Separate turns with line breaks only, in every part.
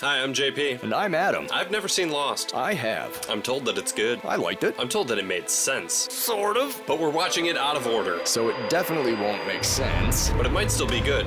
Hi, I'm JP.
And I'm Adam.
I've never seen Lost.
I have.
I'm told that it's good.
I liked it.
I'm told that it made sense. Sort of. But we're watching it out of order.
So it definitely won't make sense.
But it might still be good.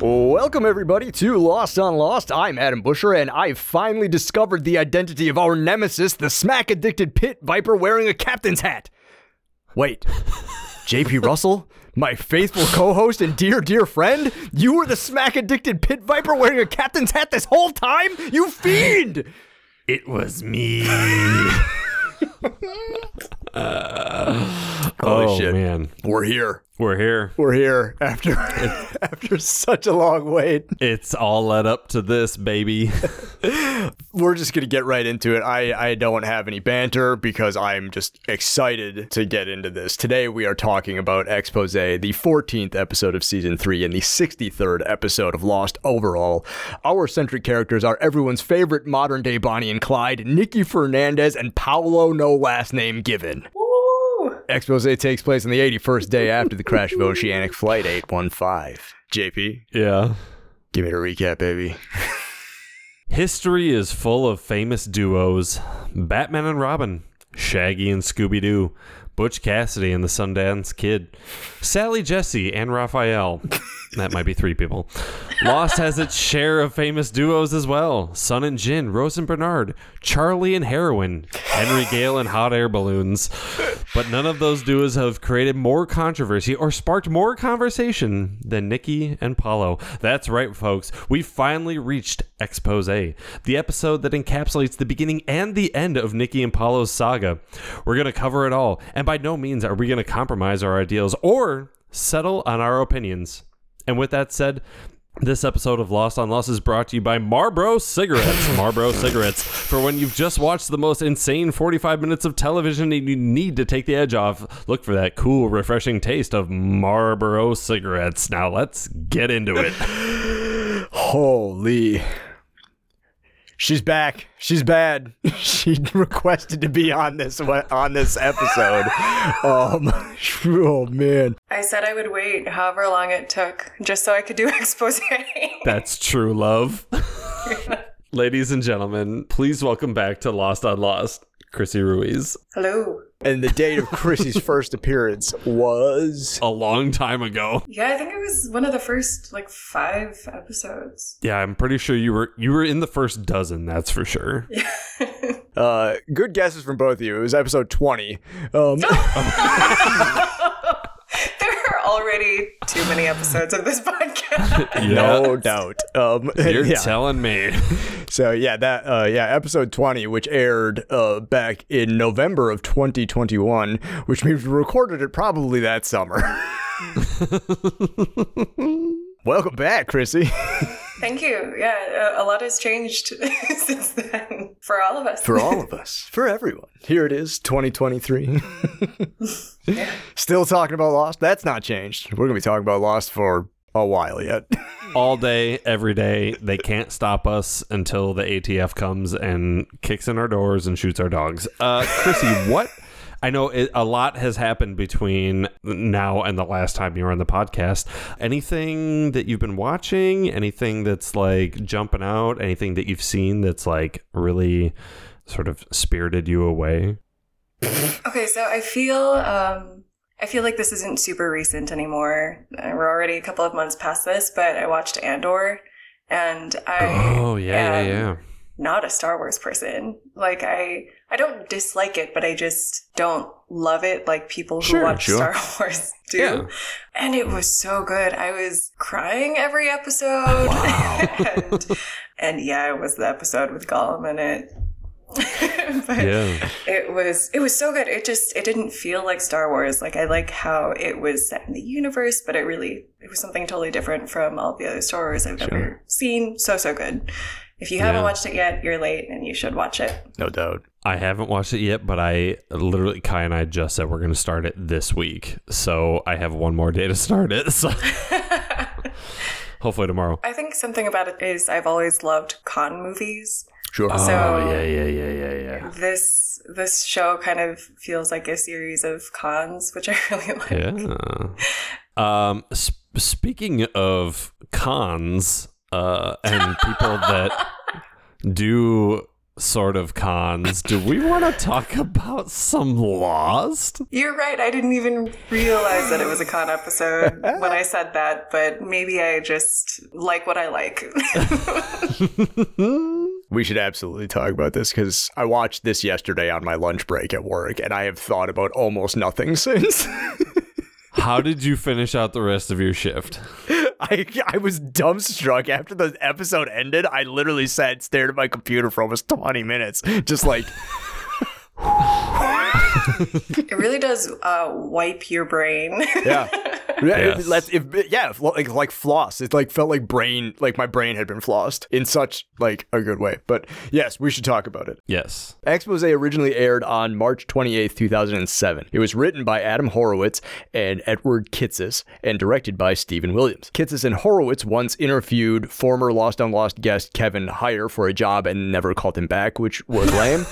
Welcome, everybody, to Lost on Lost. I'm Adam Busher, and I've finally discovered the identity of our nemesis, the smack addicted pit viper wearing a captain's hat. Wait, JP Russell? My faithful co host and dear, dear friend? You were the smack addicted pit viper wearing a captain's hat this whole time? You fiend!
It was me.
Holy shit.
Oh, man.
We're here.
We're here.
We're here after after such a long wait.
It's all led up to this, baby.
We're just gonna get right into it. I, I don't have any banter because I'm just excited to get into this. Today we are talking about Expose, the 14th episode of season three and the 63rd episode of Lost overall. Our centric characters are everyone's favorite modern day Bonnie and Clyde, Nikki Fernandez, and Paolo no last name given. Expose takes place on the 81st day after the crash of Oceanic Flight 815. JP,
yeah.
Give me the recap, baby.
History is full of famous duos Batman and Robin, Shaggy and Scooby Doo, Butch Cassidy and the Sundance Kid, Sally Jesse and Raphael. That might be three people. Lost has its share of famous duos as well Son and Jin, Rose and Bernard, Charlie and Heroin, Henry Gale and Hot Air Balloons. But none of those duos have created more controversy or sparked more conversation than Nikki and Paulo. That's right, folks. We finally reached Expose, the episode that encapsulates the beginning and the end of Nikki and Paulo's saga. We're going to cover it all, and by no means are we going to compromise our ideals or settle on our opinions. And with that said, this episode of Lost on Lost is brought to you by Marlboro Cigarettes. Marlboro Cigarettes. For when you've just watched the most insane 45 minutes of television and you need to take the edge off, look for that cool, refreshing taste of Marlboro Cigarettes. Now let's get into it.
Holy. She's back. She's bad. She requested to be on this one- on this episode. um, oh man,
I said I would wait however long it took just so I could do expose.
That's true love. Ladies and gentlemen, please welcome back to Lost on Lost, Chrissy Ruiz.
Hello.
and the date of Chrissy's first appearance was
A long time ago.
Yeah, I think it was one of the first like five episodes.
Yeah, I'm pretty sure you were you were in the first dozen, that's for sure.
uh, good guesses from both of you. It was episode twenty. Um,
There are already too many episodes of this podcast.
no doubt. Um,
You're
yeah.
telling me.
So yeah, that uh, yeah, episode twenty, which aired uh, back in November of 2021, which means we recorded it probably that summer. Welcome back, Chrissy.
Thank you. Yeah, a, a lot has changed since then for all of us.
For all of us, for everyone. Here it is, 2023. Still talking about Lost. That's not changed. We're gonna be talking about Lost for a while yet.
all day, every day. They can't stop us until the ATF comes and kicks in our doors and shoots our dogs. Uh, Chrissy, what? I know it, a lot has happened between now and the last time you were on the podcast. Anything that you've been watching? Anything that's like jumping out? Anything that you've seen that's like really sort of spirited you away?
Okay, so I feel um, I feel like this isn't super recent anymore. Uh, We're already a couple of months past this, but I watched Andor, and I
Oh yeah,
am
yeah, yeah.
not a Star Wars person. Like I I don't dislike it, but I just don't love it like people who
Sure,
watch
sure.
Star Wars do.
Yeah.
And it was so good. I was crying every episode. and, and yeah, it was the episode with Gollum in it. but
Yeah.
it was it was so good. It just it didn't feel like Star Wars. Like I like how it was set in the universe, but it really it was something totally different from all the other Star Wars I've ever seen. So so good. If you haven't
Yeah.
watched it yet, you're late and you should watch it.
No doubt.
I haven't watched it yet, but I literally Kai and I just said we're going to start it this week, so I have one more day to start it. So hopefully tomorrow.
I think something about it is I've always loved con movies.
Sure.
So-
oh yeah, yeah, yeah, yeah, yeah.
This this show kind of feels like a series of cons, which I really like.
Yeah. Um, sp- speaking of cons uh, and people that do sort of cons, do we want to talk about some Lost?
You're right. I didn't even realize that it was a con episode when I said that, but maybe I just like what I like.
We should absolutely talk about this because I watched this yesterday on my lunch break at work, and I have thought about almost nothing since.
How did you finish out the rest of your shift?
I I was dumbstruck after the episode ended. I literally sat stared at my computer for almost twenty minutes, just like
it really does uh, wipe your brain.
yeah, yeah,
Yes.
it, lets- if- yeah, if- like like floss. It like felt like brain, like my brain had been flossed in such like a good way. But yes, we should talk about it.
Yes.
Expose originally aired on March 28, 2007. It was written by Adam Horowitz and Edward Kitsis and directed by Stephen Williams. Kitsis and Horowitz once interviewed former Lost on Lost guest Kevin Heyer for a job and never called him back, which was lame.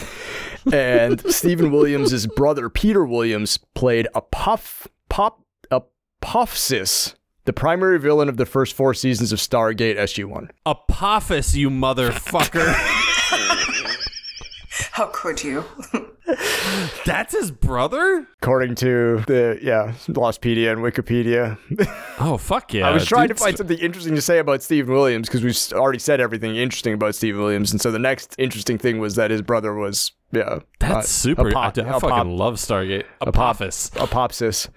and Stephen Williams' brother Peter Williams played a puff pop Apophis, the primary villain of the first four seasons of Stargate SG-1.
Apophis, you motherfucker.
How could you?
That's his brother?
According to the yeah, Lostpedia and Wikipedia,
Oh, fuck yeah.
I was trying to
dude's-
find something interesting to say about Stephen Williams because we've s- already said everything interesting about Stephen Williams, and so the next interesting thing was that his brother was yeah.
That's
uh,
super.
Apo-
I, I
Apo-
fucking love Stargate. Apophis.
Apopsis,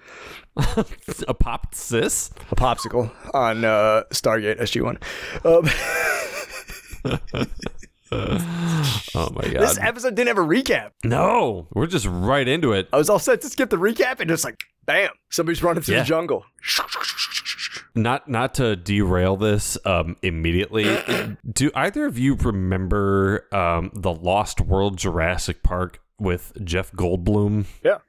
Apopsis?
a popsicle on uh, Stargate SG One. Um,
Oh my god.
this episode didn't have a recap.
No, we're just right into it.
I was all set to skip the recap and just like, bam, somebody's running through
Yeah.
the jungle.
Not not to derail this um, immediately. Do either of you remember um, the Lost World Jurassic Park with Jeff Goldblum?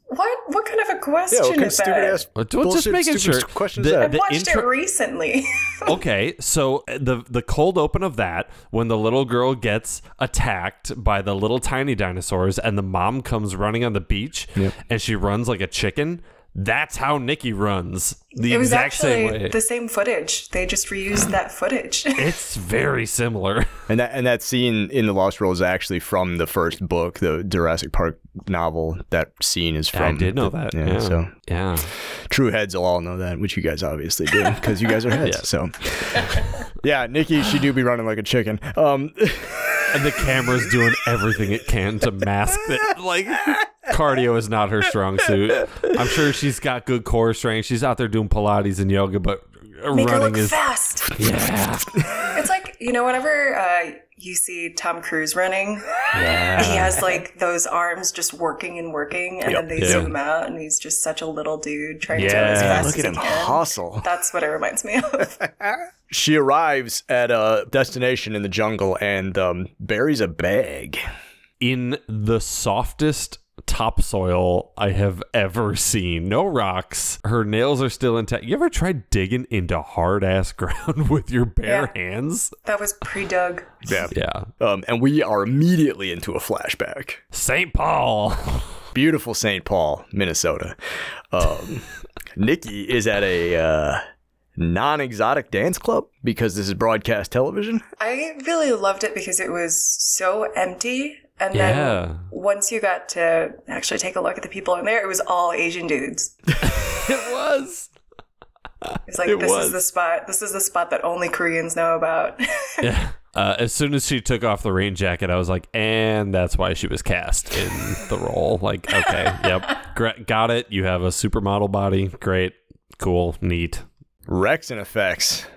What what kind of a
Yeah,
question
what kind of
is that?
stupid ass
Uh, Just
bullshit,
making
stupid
sure.
st- question
The-
is
I
that?
the
watched it
intro-
recently.
okay, so uh, the the cold open of that when the little girl gets attacked by the little tiny dinosaurs and the mom comes running on the beach and she runs like a chicken. That's how Nikki runs. The
it was
exact
actually
same way.
the same footage. They just reused that footage.
it's very similar.
And that and that scene in the Lost World is actually from the first book, the Jurassic Park novel. That scene is from.
I did know that.
Um, yeah,
yeah.
so-
yeah.
True heads will all know that, which you guys obviously do because you guys are heads. So, yeah, Nikki, she do be running like a chicken. Um,
And the camera's doing everything it can to mask that. Like, cardio is not her strong suit. I'm sure she's got good core strength. She's out there doing Pilates and yoga, but
Make her
running
look
is.
fast.
Yeah.
It's like you know whenever uh, you see Tom Cruise running, he
yeah.
has like those arms just working and working, and then they
Yeah.
zoom out, and he's just such a little dude trying to go
Yeah.
as fast
look
as
at him
he can.
hustle.
That's what it reminds me of.
She arrives at a destination in the jungle and um, buries a bag.
In the softest topsoil I have ever seen. No rocks. Her nails are still intact. You ever tried digging into hard ass ground with your bare
Yeah.
hands?
that was pre-Doug.
Yeah.
Yeah.
Um, and we are immediately into a flashback.
St. Paul.
Beautiful St. Paul, Minnesota. Um, Nikki is at a uh, non-exotic dance club because this is broadcast television.
I really loved it because it was so empty, and
Yeah.
then once you got to actually take a look at the people in there, it was all Asian dudes.
it was.
It's like
It
this
was.
is the spot. This is the spot that only Koreans know about.
Yeah. Uh, as soon as she took off the rain jacket, I was like, and that's why she was cast in the role. Like, okay, yep, Gre- got it. You have a supermodel body. Great, cool, neat.
Rex and Effects,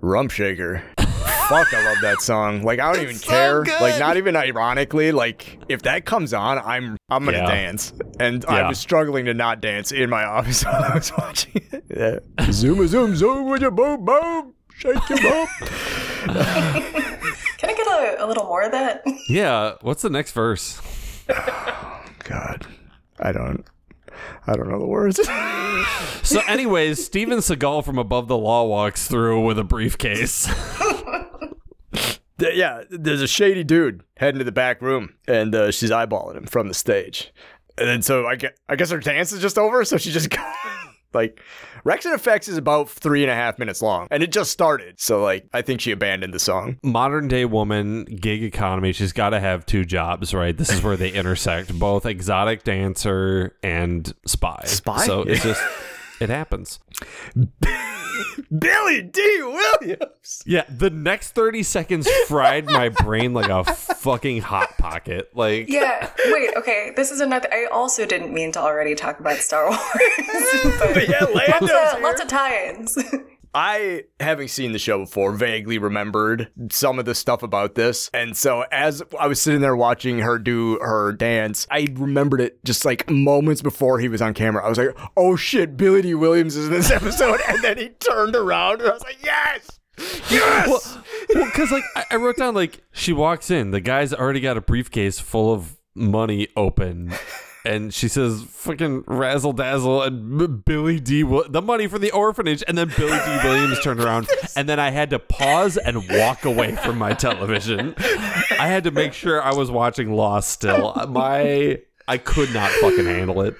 Rump Shaker. Fuck, I love that song. Like I don't even
so
care.
good.
Like not even ironically. Like if that comes on, I'm I'm gonna
Yeah.
dance. And
Yeah.
I was struggling to not dance in my office while I was watching it. Yeah. zoom a zoom zoom with your boom boom. Shake your bum.
Can I get have a, a little more of that?
Yeah, what's the next verse?
God, I don't. I don't know the words.
So, anyways, Steven Seagal from Above the Law walks through with a briefcase.
Th- yeah, there's a shady dude heading to the back room, and uh, she's eyeballing him from the stage. And then so I guess, I guess her dance is just over, so she just like Rex and Effects is about three and a half minutes long, and it just started. So like I think she abandoned the song.
Modern day woman, gig economy, she's got to have two jobs, right? This is where they intersect, both exotic dancer and spy.
Spy?
So it's just, it happens.
Billy D. Williams.
Yeah, the next 30 seconds fried my brain like a fucking hot pocket. Like,
yeah. Wait. Okay. This is another. I also didn't mean to already talk about Star Wars, but
Yeah, Lando's
uh,
here.
lots of tie-ins.
I, having seen the show before, vaguely remembered some of the stuff about this. And so as I was sitting there watching her do her dance, I remembered it just like moments before he was on camera. I was like, oh shit, Billy D. Williams is in this episode. And then he turned around and I was like, yes! Yes!
well, because like I, I wrote down, like she walks in, the guy's already got a briefcase full of money open, and she says, "Fucking razzle dazzle," and B- Billy D. Wi- the money for the orphanage, and then Billy D. Williams turned around, and then I had to pause and walk away from my television. I had to make sure I was watching Lost still. My I could not fucking handle it.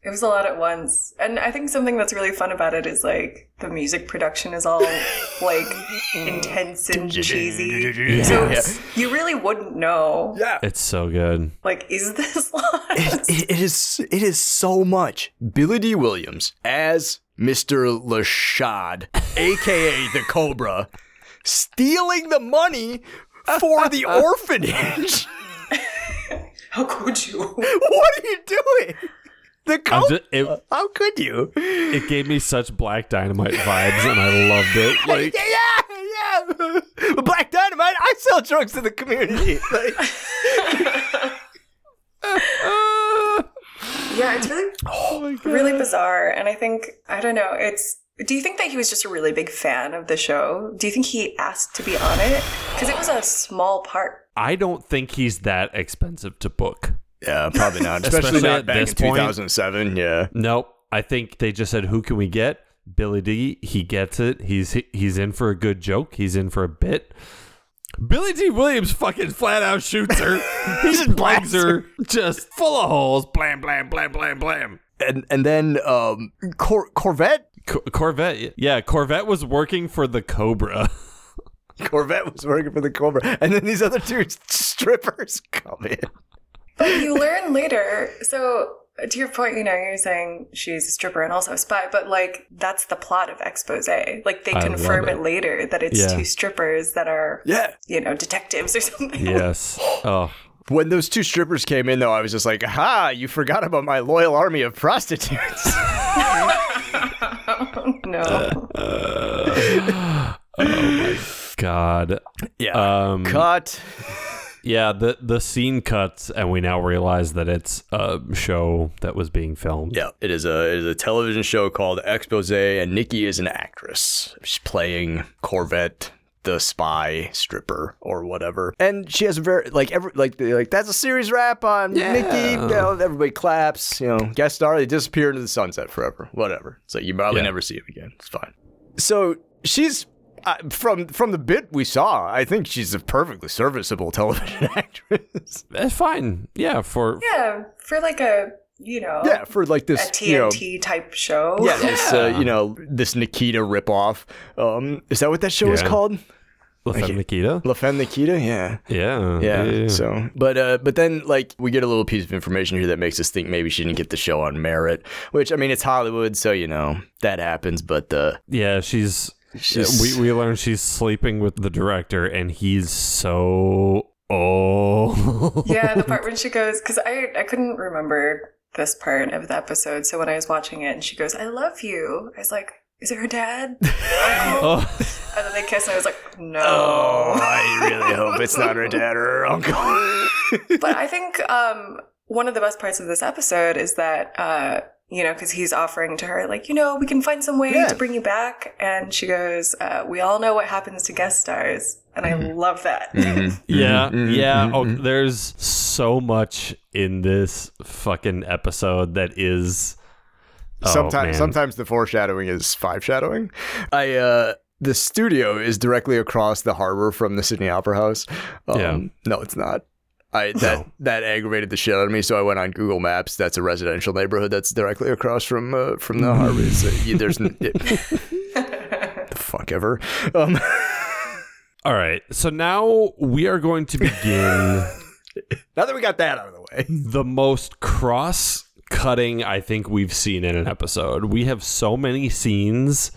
It was a lot at once. And I think something that's really fun about it is like the music production is all like intense and cheesy. So it's- you really wouldn't know.
yeah.
It's so good.
Like, is this lost?
It- it is it is so much. Billy D. Williams as Mr. Lashad, aka the Cobra, stealing the money for the orphanage.
How could you?
what are you doing? The
I'm
Cobra.
ju- it,
How could you?
it gave me such black dynamite vibes, and I loved it. Like.
yeah, yeah, yeah. But Black Dynamite, I sell drugs to the community. Like,
Yeah, it's really,
Oh
really bizarre. And I think, I don't know, it's. Do you think that he was just a really big fan of the show? Do you think he asked to be on it? Because it was a small part.
I don't think he's that expensive to book.
yeah, probably not.
Especially at this point.
2007. Yeah.
Nope. I think they just said, "Who can we get?" Billy D. He gets it. He's he's in for a good joke. He's in for a bit. Billy D. Williams fucking flat out shoots her. he just blags her, just full of holes. Blam blam blam blam blam.
And and then um, Cor- Corvette.
Cor- Corvette, yeah, Corvette was working for the Cobra.
Corvette was working for the Cobra, and then these other two strippers come in.
But you learn later. So to your point, you know, you're saying she's a stripper and also a spy, but like that's the plot of expose. Like they
I
confirm
love
it.
it.
later that it's
Yeah.
two strippers that are,
Yeah.
you know, detectives or something.
yes. Oh,
When those two strippers came in, though, I was just like, "Ha! You forgot about my loyal army of prostitutes."
no.
God.
yeah.
Um,
Cut.
Yeah, the the scene cuts, and we now realize that it's a show that was being filmed.
Yeah, it is a it is a television show called Expose, and Nikki is an actress. She's playing Corvette, the spy stripper or whatever, and she has a very like every like they're like that's a series wrap on Nikki. You know, everybody claps. You know, guest star. They disappear into the sunset forever. Whatever. So you probably
Yeah.
never see him again. It's fine. So she's. Uh, from from the bit we saw, I think she's a perfectly serviceable television actress.
That's Eh, fine. Yeah, for
Yeah, for like a, you know,
yeah, for like
a
this you know,
TNT type show.
Yeah, this uh, you know this Nikita ripoff. Um, is that what that show was
Yeah.
called?
La Femme Nikita.
La Femme Nikita. Yeah.
Yeah,
Yeah, So, but uh, but then like we get a little piece of information here that makes us think maybe she didn't get the show on merit. Which I mean, it's Hollywood, so you know that happens. But uh,
yeah. She's,
She's-
we we learn she's sleeping with the director, and he's so old.
yeah, the part when she goes, because I I couldn't remember this part of the episode. So when I was watching it, and she goes, "I love you," I was like, "Is it her dad?" Uncle?
Oh,
and then they kiss, and I was like, "No."
Oh, I really hope it's not her dad or her uncle.
but I think um, one of the best parts of this episode is that uh, you know, because he's offering to her, like, you know, we can find some way
Yeah.
to bring you back. And she goes, uh, We all know what happens to guest stars. And I love that.
Mm-hmm.
Yeah, yeah. Oh, there's so much in this fucking episode that is. Oh, man.
sometimes sometimes the foreshadowing is five shadowing. I uh the studio is directly across the harbor from the Sydney Opera House. Um,
Yeah.
No, it's not. I that that aggravated the shit out of me. So I went on Google Maps. That's a residential neighborhood that's directly across from uh, from the harbor. So you, there's n- it- the fuck ever. Um,
All right, so now we are going to begin
now that we got that out of the way,
the most cross cutting I think we've seen in an episode. We have so many scenes.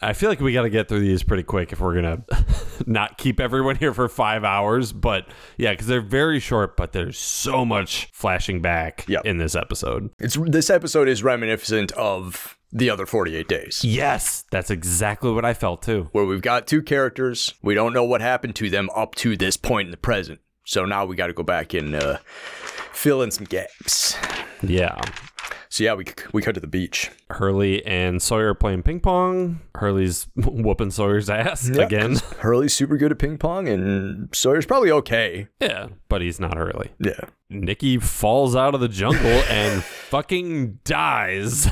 I feel like we got to get through these pretty quick if we're going to not keep everyone here for five hours. But yeah, because they're very short, but there's so much flashing back
Yep.
in this episode.
it's this episode is reminiscent of the other 48 days.
Yes, that's exactly what I felt too.
where we've got two characters. We don't know what happened to them up to this point in the present. So now we got to go back and uh, fill in some gaps.
Yeah.
So yeah, we we cut to the beach.
Hurley and Sawyer are playing ping pong. Hurley's whooping Sawyer's ass again.
Hurley's super good at ping pong, and Sawyer's probably okay.
Yeah, but he's not Hurley.
Yeah,
Nikki falls out of the jungle and fucking dies.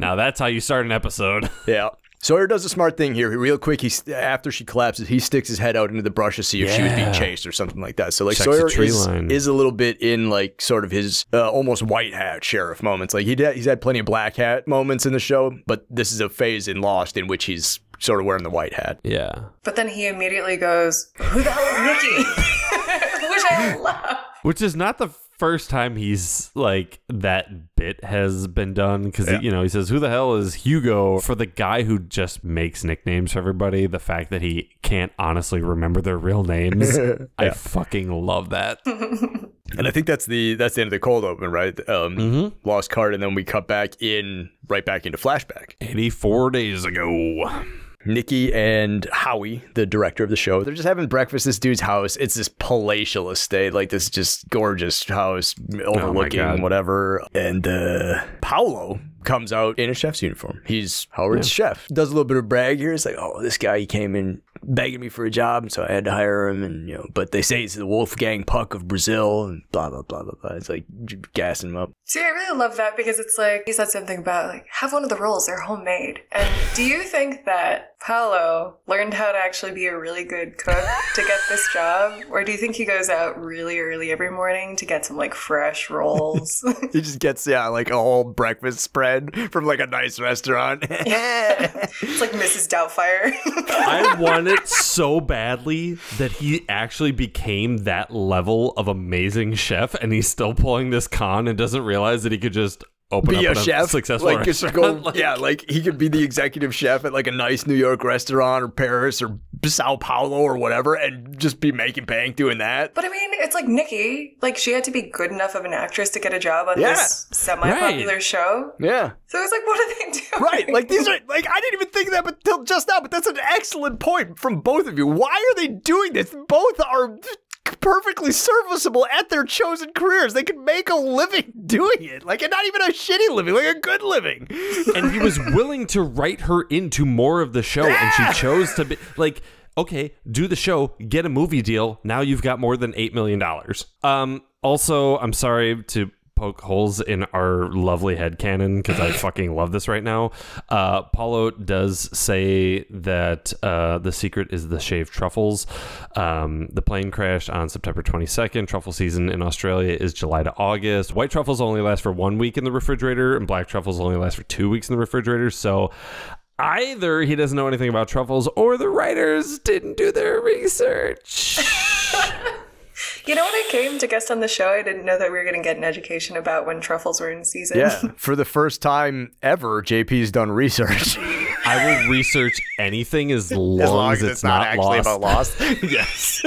now that's how you start an episode.
yeah. Sawyer does a smart thing here. Real quick, he st- after she collapses, he sticks his head out into the brush to see if she was being
Yeah.
chased or something like that. So like
Checks the
Sawyer
tree
is,
line.
is a little bit in like sort of his uh, almost white hat sheriff moments. Like he did, he's had plenty of black hat moments in the show, but this is a phase in Lost in which he's sort of wearing the white hat.
Yeah.
But then he immediately goes, Who the hell is Nikki? Which I love.
Which is not the first time he's like that bit has been done because you know he says who the hell is Hugo for the guy who just makes nicknames for everybody the fact that he can't honestly remember their real names I fucking love that
And I think that's the that's the end of the cold open, right? Um,
Mm-hmm.
Lost card, and then we cut back in right back into flashback.
84 days ago
Nikki and Howie, the director of the show, they're just having breakfast at this dude's house. It's this palatial estate, like this just gorgeous house overlooking
God.
whatever. And uh, Paolo comes out in a chef's uniform. He's Howard's chef. Does a little bit of brag here. It's like, oh, this guy he came in begging me for a job, so I had to hire him. And you know, but they say he's the Wolfgang Puck of Brazil, and blah blah blah blah blah. It's like j- gassing him up.
See, I really love that because it's like he said something about like have one of the rolls; they're homemade. And do you think that Paolo learned how to actually be a really good cook to get this job, or do you think he goes out really early every morning to get some like fresh rolls?
He just gets yeah, like a whole breakfast spread from like a nice restaurant.
it's like Mrs. Doubtfire.
I want it so badly that he actually became that level of amazing chef, and he's still pulling this con and doesn't realize that he could just open
be
up
a
a
chef,
successful
like just
restaurant.
go,
Like,
yeah, like he could be the executive chef at like a nice New York restaurant or Paris or Sao Paulo or whatever, and just be making bank doing that.
but I mean, it's like Nikki; like she had to be good enough of an actress to get a job on
Yeah.
this semi-popular show.
Yeah,
So it's like, what are they doing?
right. Like these are like I didn't even think of that until just now, but that's an excellent point from both of you. Why are they doing this? Both are perfectly serviceable at their chosen careers. They could make a living doing it, like and not even a shitty living, like a good living.
and he was willing to write her into more of the show, and she chose to be like. Okay, do the show, get a movie deal. Now you've got more than $8 million. Um, also, I'm sorry to poke holes in our lovely headcanon because I fucking love this right now. Uh, Paulo does say that uh, the secret is the shaved truffles. Um, the plane crash on September 22nd. Truffle season in Australia is July to August. White truffles only last for one week in the refrigerator, and black truffles only last for two weeks in the refrigerator. So either he doesn't know anything about truffles or the writers didn't do their research.
You know, when I came to guest on the show, I didn't know that we were going to get an education about when truffles were in season.
Yeah, for the first time ever, JP's done research.
I will research anything as long as, it's, not, lost.
Lost. yes.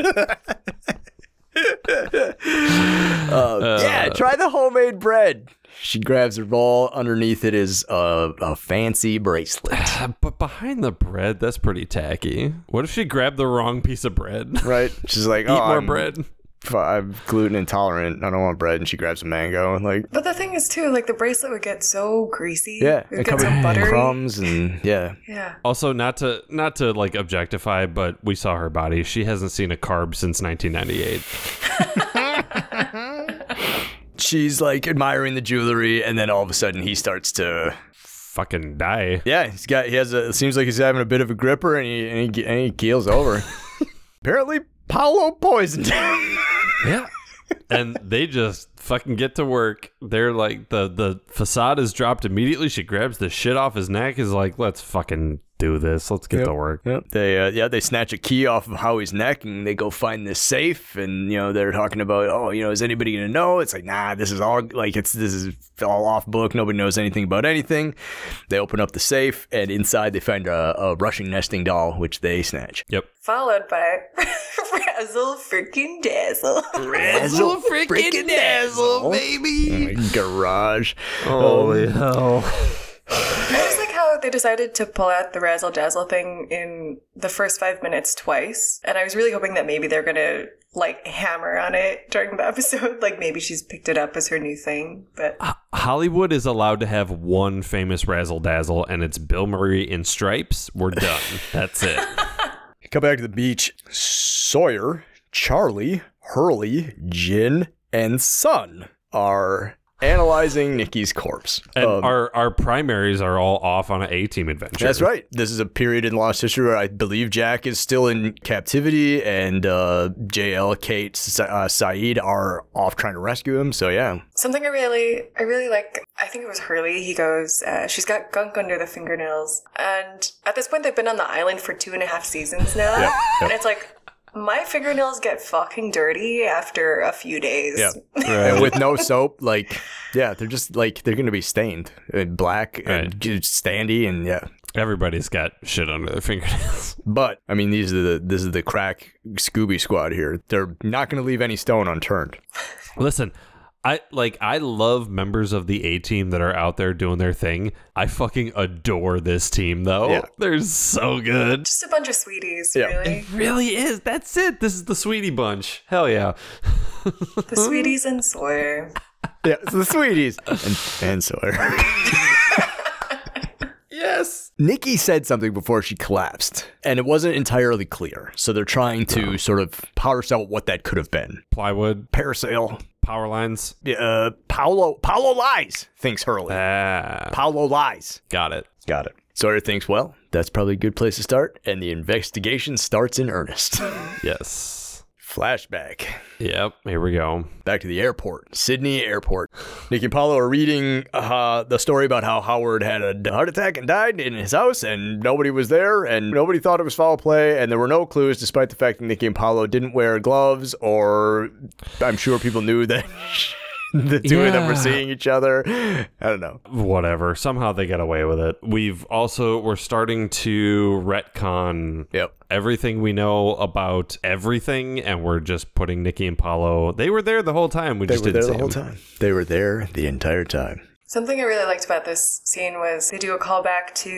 Uh, yeah, try the homemade bread. She grabs her ball. Underneath it is a, a fancy bracelet.
Uh, But behind the bread, that's pretty tacky. What if she grabbed the wrong piece of bread?
Right? She's like,
Eat
oh,
more
I'm-
bread.
f- I'm gluten intolerant. I don't want bread. And she grabs a mango and like,
But the thing is, too, like the bracelet would get so greasy.
yeah,
it would
it
get
covered
so
in
buttery.
crumbs and yeah.
Yeah,
Also, not to not to like objectify, but we saw her body. She hasn't seen a carb since 1998.
She's like admiring the jewelry, and then all of a sudden he starts to
Fucking die.
Yeah, he's got. He has a. It seems like he's having a bit of a gripper, and he and he, and he keels over. Apparently, Paolo poisoned him.
Yeah. and they just fucking get to work. They're like the the facade is dropped immediately. She grabs the shit off his neck. Is like, let's fucking do this. Let's get to work.
Yep. They uh, yeah they snatch a key off of Howie's neck, and they go find this safe, and you know they're talking about oh you know is anybody gonna know? It's like nah, this is all like it's this is all off book. Nobody knows anything about anything. They open up the safe, and inside they find a, a Russian nesting doll, which they snatch.
Yep.
followed by razzle freaking dazzle.
Razzle freaking dazzle, baby! Garage. Um,
Holy hell.
I just like how they decided to pull out the razzle dazzle thing in the first five minutes twice, and I was really hoping that maybe they're gonna like hammer on it during the episode. Like maybe she's picked it up as her new thing, but
Hollywood is allowed to have one famous razzle dazzle, and it's Bill Murray in stripes. We're done. That's it.
Come back to the beach. Sawyer, Charlie, Hurley, Jin, and Sun are analyzing Nikki's corpse.
And
Um,
our our primaries are all off on an A team adventure.
that's right. This is a period in Lost history where I believe Jack is still in captivity, and uh, JL, Kate, Sa- uh, Saeed are off trying to rescue him. So yeah,
Something I really, I really like. I think it was Hurley. He goes, uh, "She's got gunk under the fingernails," and at this point, they've been on the island for two and a half seasons now,
Yep,
and it's like my fingernails get fucking dirty after a few days.
yeah, And with no soap, like yeah, they're just like they're gonna be stained, and black and standy, and yeah.
Everybody's got shit under their fingernails.
But I mean, these are the this is the crack Scooby Squad here. They're not going to leave any stone unturned.
Listen, I like I love members of the A team that are out there doing their thing. I fucking adore this team though.
Yeah.
They're so good.
Just a bunch of sweeties,
Yeah.
really.
Really is. That's it. This is the sweetie bunch. Hell yeah.
The sweeties and Sawyer.
Yeah, it's the sweeties and, and Sawyer.
Yes.
Nikki said something before she collapsed, and it wasn't entirely clear. So they're trying to sort of parse out what that could have been.
Plywood,
Parasail.
power lines.
Yeah, Uh, Paolo. Paolo lies. Thinks Hurley.
Ah,
Paolo lies.
got it.
Got it. Sawyer thinks, well, that's probably a good place to start, and the investigation starts in earnest.
Yes.
Flashback.
Yep, here we go.
back to the airport, Sydney Airport. Nick and Paolo are reading uh, the story about how Howard had a heart attack and died in his house, and nobody was there, and nobody thought it was foul play, and there were no clues, despite the fact that Nicky and Paolo didn't wear gloves, or I'm sure people knew that. The two of them were
Yeah.
seeing each other. I don't know.
Whatever. Somehow they got away with it. We've also we're starting to retcon
Yep.
everything we know about everything, and we're just putting Nikki and Paolo. They were there the whole time. We
They
just
were
didn't
there
see
the whole
them.
time. They were there the entire time.
Something I really liked about this scene was they do a callback to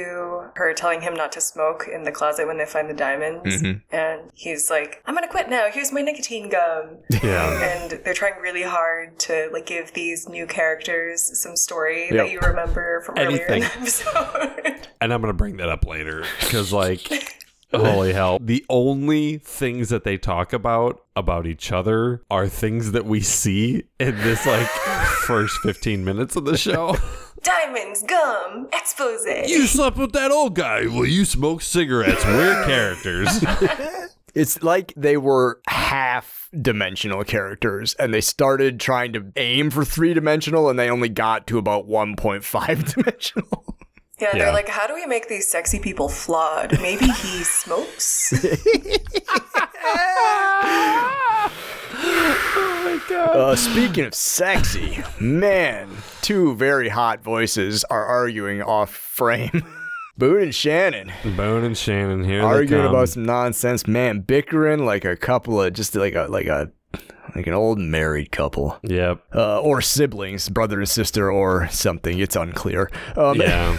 her telling him not to smoke in the closet when they find the diamonds.
Mm-hmm.
And he's like, I'm going to quit now. Here's my nicotine gum.
Yeah.
and they're trying really hard to like give these new characters some story
Yep.
that you remember from earlier in the episode.
and I'm gonna bring that up later because like. Holy hell. The only things that they talk about about each other are things that we see in this like first 15 minutes of the show.
Diamonds, gum, expose.
You slept with that old guy. Well, you smoke cigarettes. We're characters.
It's like they were half dimensional characters and they started trying to aim for three dimensional and they only got to about 1.5 dimensional.
yeah,
Yeah.
they're like, how do we make these sexy people flawed? Maybe he smokes.
Uh, speaking of sexy, man, two very hot voices are arguing off frame. Boone and Shannon
Bone and Shannon here.
arguing
they um, come.
about some nonsense, man, bickering like a couple of just like a like a like an old married couple.
Yep.
Uh, or siblings, brother and sister, or something. It's unclear. Um,
Yeah.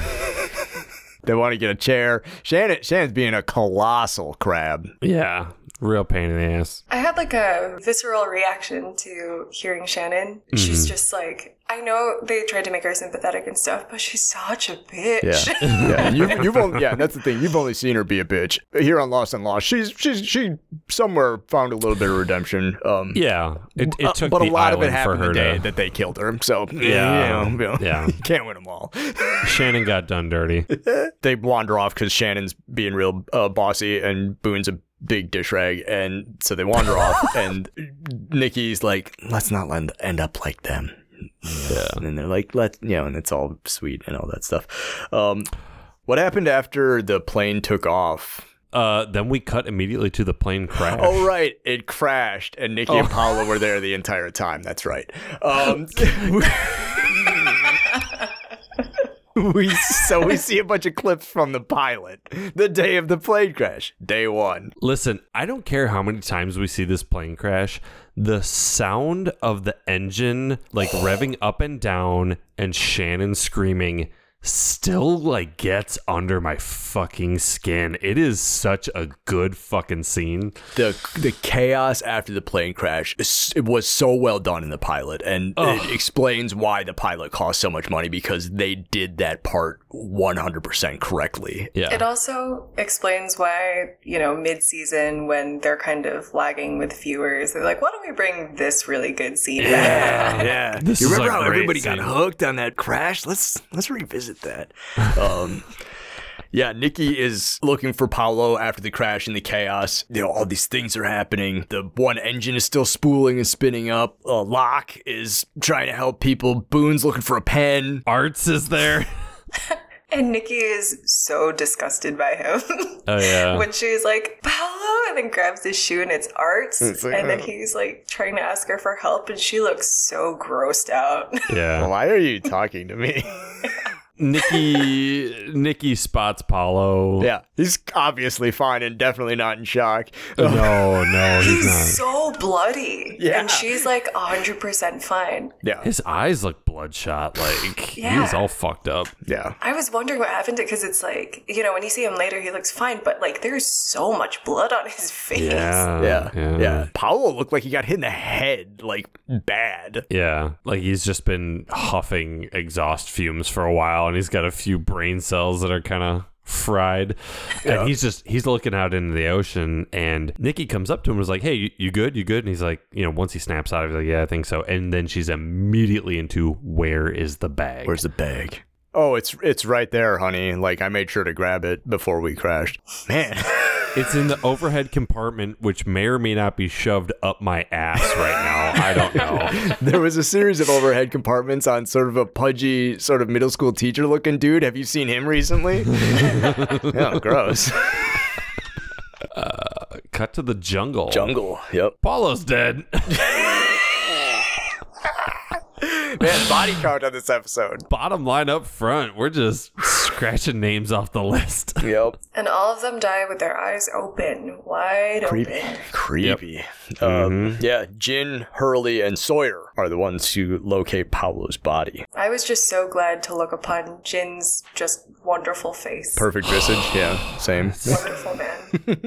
They want to get a chair. Shannon, Shannon's being a colossal crab.
Yeah, real pain in the ass.
I had like a visceral reaction to hearing Shannon. She's just like, I know they tried to make her sympathetic and stuff, but she's such a bitch.
yeah, you, you've only, yeah, that's the thing. You've only seen her be a bitch here on Lost and Lost. She's she's she somewhere found a little bit of redemption. Um,
Yeah, it,
uh,
it took
but
the
a lot of it
island
happened
for her
the day
to.
that they killed her. So
Yeah.
you know, you know,
Yeah.
you can't win them all.
Shannon got done dirty.
they wander off because Shannon's being real uh, bossy and Boone's a big dish rag, and so they wander off. And Nikki's like, "Let's not lend- end up like them." Yeah. And then they're like, "Let you know," and it's all sweet and all that stuff. Um, what happened after the plane took off?
Uh, then we cut immediately to the plane crash.
Oh right, it crashed, and Nikki and Paula were there the entire time. That's right. Um, we so we see a bunch of clips from the pilot the day of the plane crash, day one.
Listen, I don't care how many times we see this plane crash. The sound of the engine like revving up and down and Shannon screaming still like gets under my fucking skin. It is such a good fucking scene.
the The chaos after the plane crash is- it was so well done in the pilot, and it explains why the pilot cost so much money because they did that part one hundred percent correctly.
Yeah.
It also explains why, you know, mid season when they're kind of lagging with viewers, they're like, why don't we bring this really good scene back?
Yeah,
This
you
is
remember
a
how
great
everybody got
scene.
hooked on that crash? Let's let's revisit that. Um, yeah, Nikki is looking for Paolo after the crash and the chaos. You know, all these things are happening. The one engine is still spooling and spinning up. Uh, Locke is trying to help people. Boone's looking for a pen.
Arts is there.
And Nikki is so disgusted by him.
Oh yeah.
When she's like, Paolo, and then grabs his shoe and it's arts. and then he's like uh-huh. trying to ask her for help, and she looks so grossed out.
Yeah.
Why are you talking to me?
Nikki Nikki spots Paulo.
yeah, he's obviously fine and definitely not in shock.
No, no, he's
He's
not.
so bloody.
Yeah.
And she's like 100% fine.
Yeah,
His eyes look bloodshot, like
Yeah.
he's all fucked up.
yeah.
I was wondering what happened to because it's like, you know, when you see him later, he looks fine, but like there's so much blood on his face.
Uh, Yeah.
Yeah, yeah. Paolo looked like he got hit in the head, like bad.
Yeah, like he's just been huffing exhaust fumes for a while, and he's got a few brain cells that are kind of fried. And he's just he's looking out into the ocean, and Nikki comes up to him and is like, "Hey, you, you good? You good?" And he's like, you know, once he snaps out of it, like, "Yeah, I think so." And then she's immediately into, "Where is the bag?"
the bag? Oh, it's it's right there, honey. Like I made sure to grab it before we crashed. Man,
it's in the overhead compartment, which may or may not be shoved up my ass right now. I don't know.
there was a series of overhead compartments on sort of a pudgy, sort of middle school teacher looking dude. Have you seen him recently? yeah, gross.
Cut to the jungle.
Jungle. Yep.
Paulo's dead.
Man, body count on this episode.
Bottom line up front, we're just scratching names off the list.
Yep.
And all of them die with their eyes open, wide
Creepy.
open.
Creepy. Um, Yeah, Jin, Hurley, and Sawyer are the ones who locate Paolo's body.
I was just so glad to look upon Jin's just wonderful face.
Perfect visage. yeah, same.
Wonderful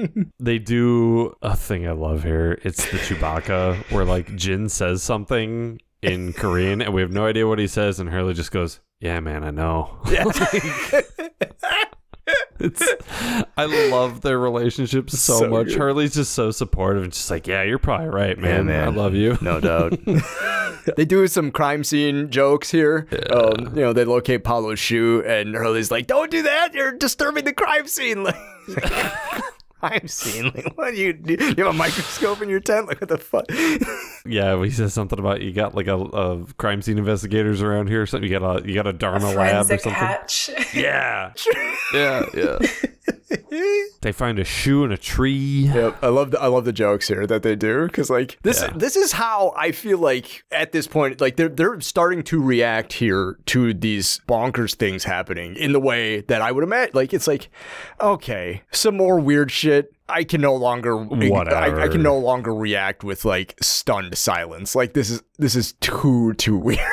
man.
They do a thing I love here. It's the Chewbacca where like Jin says something in Korean and we have no idea what he says and Hurley just goes, "Yeah, man, I know." Yeah. it's I love their relationship so,
So
much.
good.
Hurley's just so supportive and just like, "Yeah, you're probably right, man.
man.
I love you."
No doubt. they do some crime scene jokes here. Um, you know, they locate Paolo's shoe, and Hurley's like, "Don't do that! You're disturbing the crime scene." Like, crime scene? Like, what do you do? You have a microscope in your tent? Like, what the fuck?
Yeah, he says something about you got like a, a crime scene investigators around here or something. You got a you got a Dharma lab or
Forensic
something.
hatch.
Yeah. yeah, yeah. they find a shoe in a tree.
Yep, I love the I love the jokes here that they do because like this this is how I feel like at this point like they're they're starting to react here to these bonkers things happening in the way that I would imagine like it's like okay some more weird shit I can no longer I, I
Whatever.
can no longer react with like stunned silence like this is this is too too weird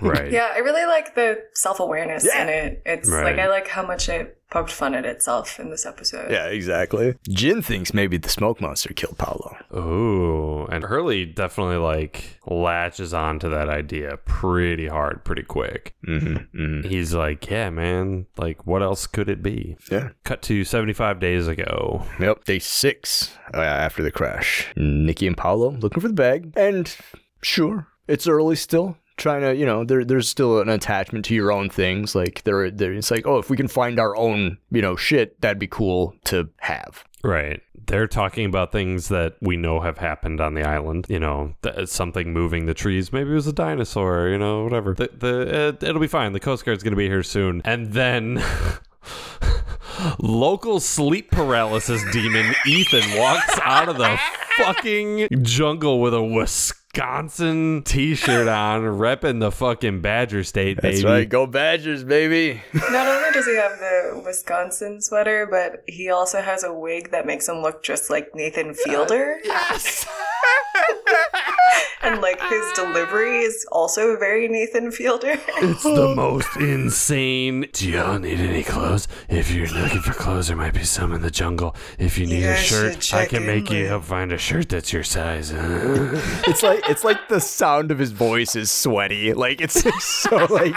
Right.
Yeah, I really like the self awareness
Yeah.
in it. It's
Right.
like I like how much it poked fun at itself in this episode.
Yeah, exactly. Jin thinks maybe the smoke monster killed Paolo.
Oh, and Hurley definitely like latches onto that idea pretty hard, pretty quick.
Mm-hmm, mm-hmm.
He's like, "Yeah, man. Like, what else could it be?"
Yeah.
Cut to 75 days ago.
Yep. Day six uh, after the crash. Nikki and Paolo looking for the bag. And sure, it's early still. Trying to, you know, there, there's still an attachment to your own things. Like there, there, it's like, oh, if we can find our own, you know, shit, that'd be cool to have.
Right. They're talking about things that we know have happened on the island. You know, th- uh, something moving the trees. Maybe it was a dinosaur, you know, whatever. The, the, uh, it'll be fine. The Coast Guard's going to be here soon. And then. Local sleep paralysis demon Ethan walks out of the fucking jungle with a Wisconsin t shirt on, repping the fucking Badger State, baby.
That's right. Go Badgers, baby.
Not only does he have the Wisconsin sweater, but he also has a wig that makes him look just like Nathan Fielder.
Yes!
and like his delivery is also very Nathan Fielder.
It's the most insane. Do y'all need any clothes? If you're looking for clothes, there might be some in the jungle. If you need
guys
a
should
shirt, I
check
can
in
make you
with-
help find a shirt that's your size. Uh,
It's like it's like the sound of his voice is sweaty. Like it's so like.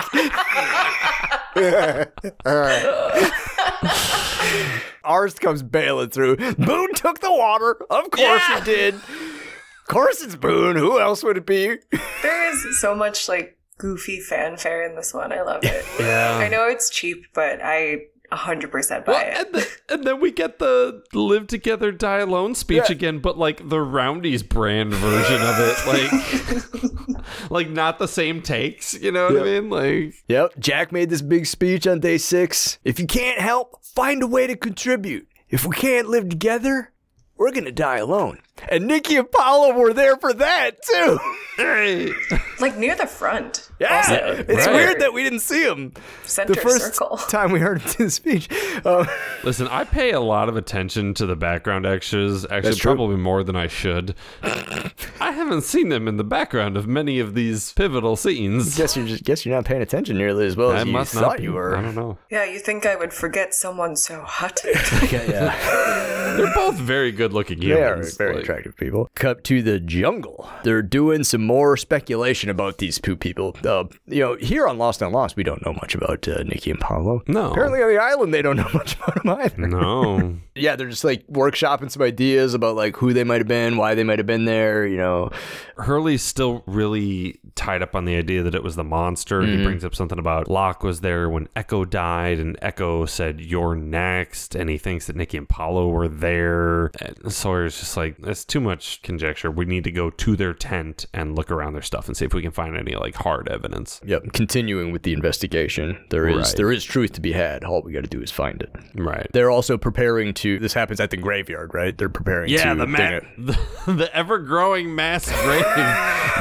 Ours comes bailing through. Boone took the water. Of course he did. Of course it's Boone. Who else would it be?
There is so much like goofy fanfare in this one. I love it.
Yeah.
Uh.
I know it's cheap, but I 100% buy it.
and, the, and then we get the live together, die alone speech again, but like the Roundies brand version of it. Like, like not the same takes. You know what I mean? Like,
Yep. Jack made this big speech on day six. If you can't help, find a way to contribute. If we can't live together, we're gonna die alone. And Nikki and Paolo were there for that too.
hey.
Like near the front.
Yeah,
Also,
it's
right.
weird that we didn't see him.
center
The first
circle.
time we heard him do the speech, uh,
Listen, I pay a lot of attention to the background extras, actually,
true.
probably more than I should. I haven't seen them in the background of many of these pivotal scenes.
guess you're just guess you're not paying attention nearly as well
I
as you
must
thought
not. Be,
you
I
were.
don't know.
Yeah, you think I would forget someone so hot?
They're both very good-looking
They are
humans.
very
like-
attractive people. Cut to the jungle. They're doing some more speculation about these two people. Uh, you know, here on Lost and Lost, we don't know much about uh, Nikki and Paolo.
No.
Apparently on the island, they don't know much about them either.
No.
Yeah, they're just like workshopping some ideas about like who they might have been, why they might have been there. You know,
Hurley's still really tied up on the idea that it was the monster.
Mm-hmm.
He brings up something about Locke was there when Echo died, and Echo said, You're next. And he thinks that Nikki and Paolo were there. And Sawyer's just like, That's too much conjecture. We need to go to their tent and look around their stuff and see if we can find any like hard evidence.
Yep. Continuing with the investigation, there is
Right.
there is truth to be had. All we got to do is find it.
Right.
They're also preparing to. This happens at the graveyard, right? They're preparing.
Yeah,
to
the,
dig
ma-
it.
the, the ever growing mass grave.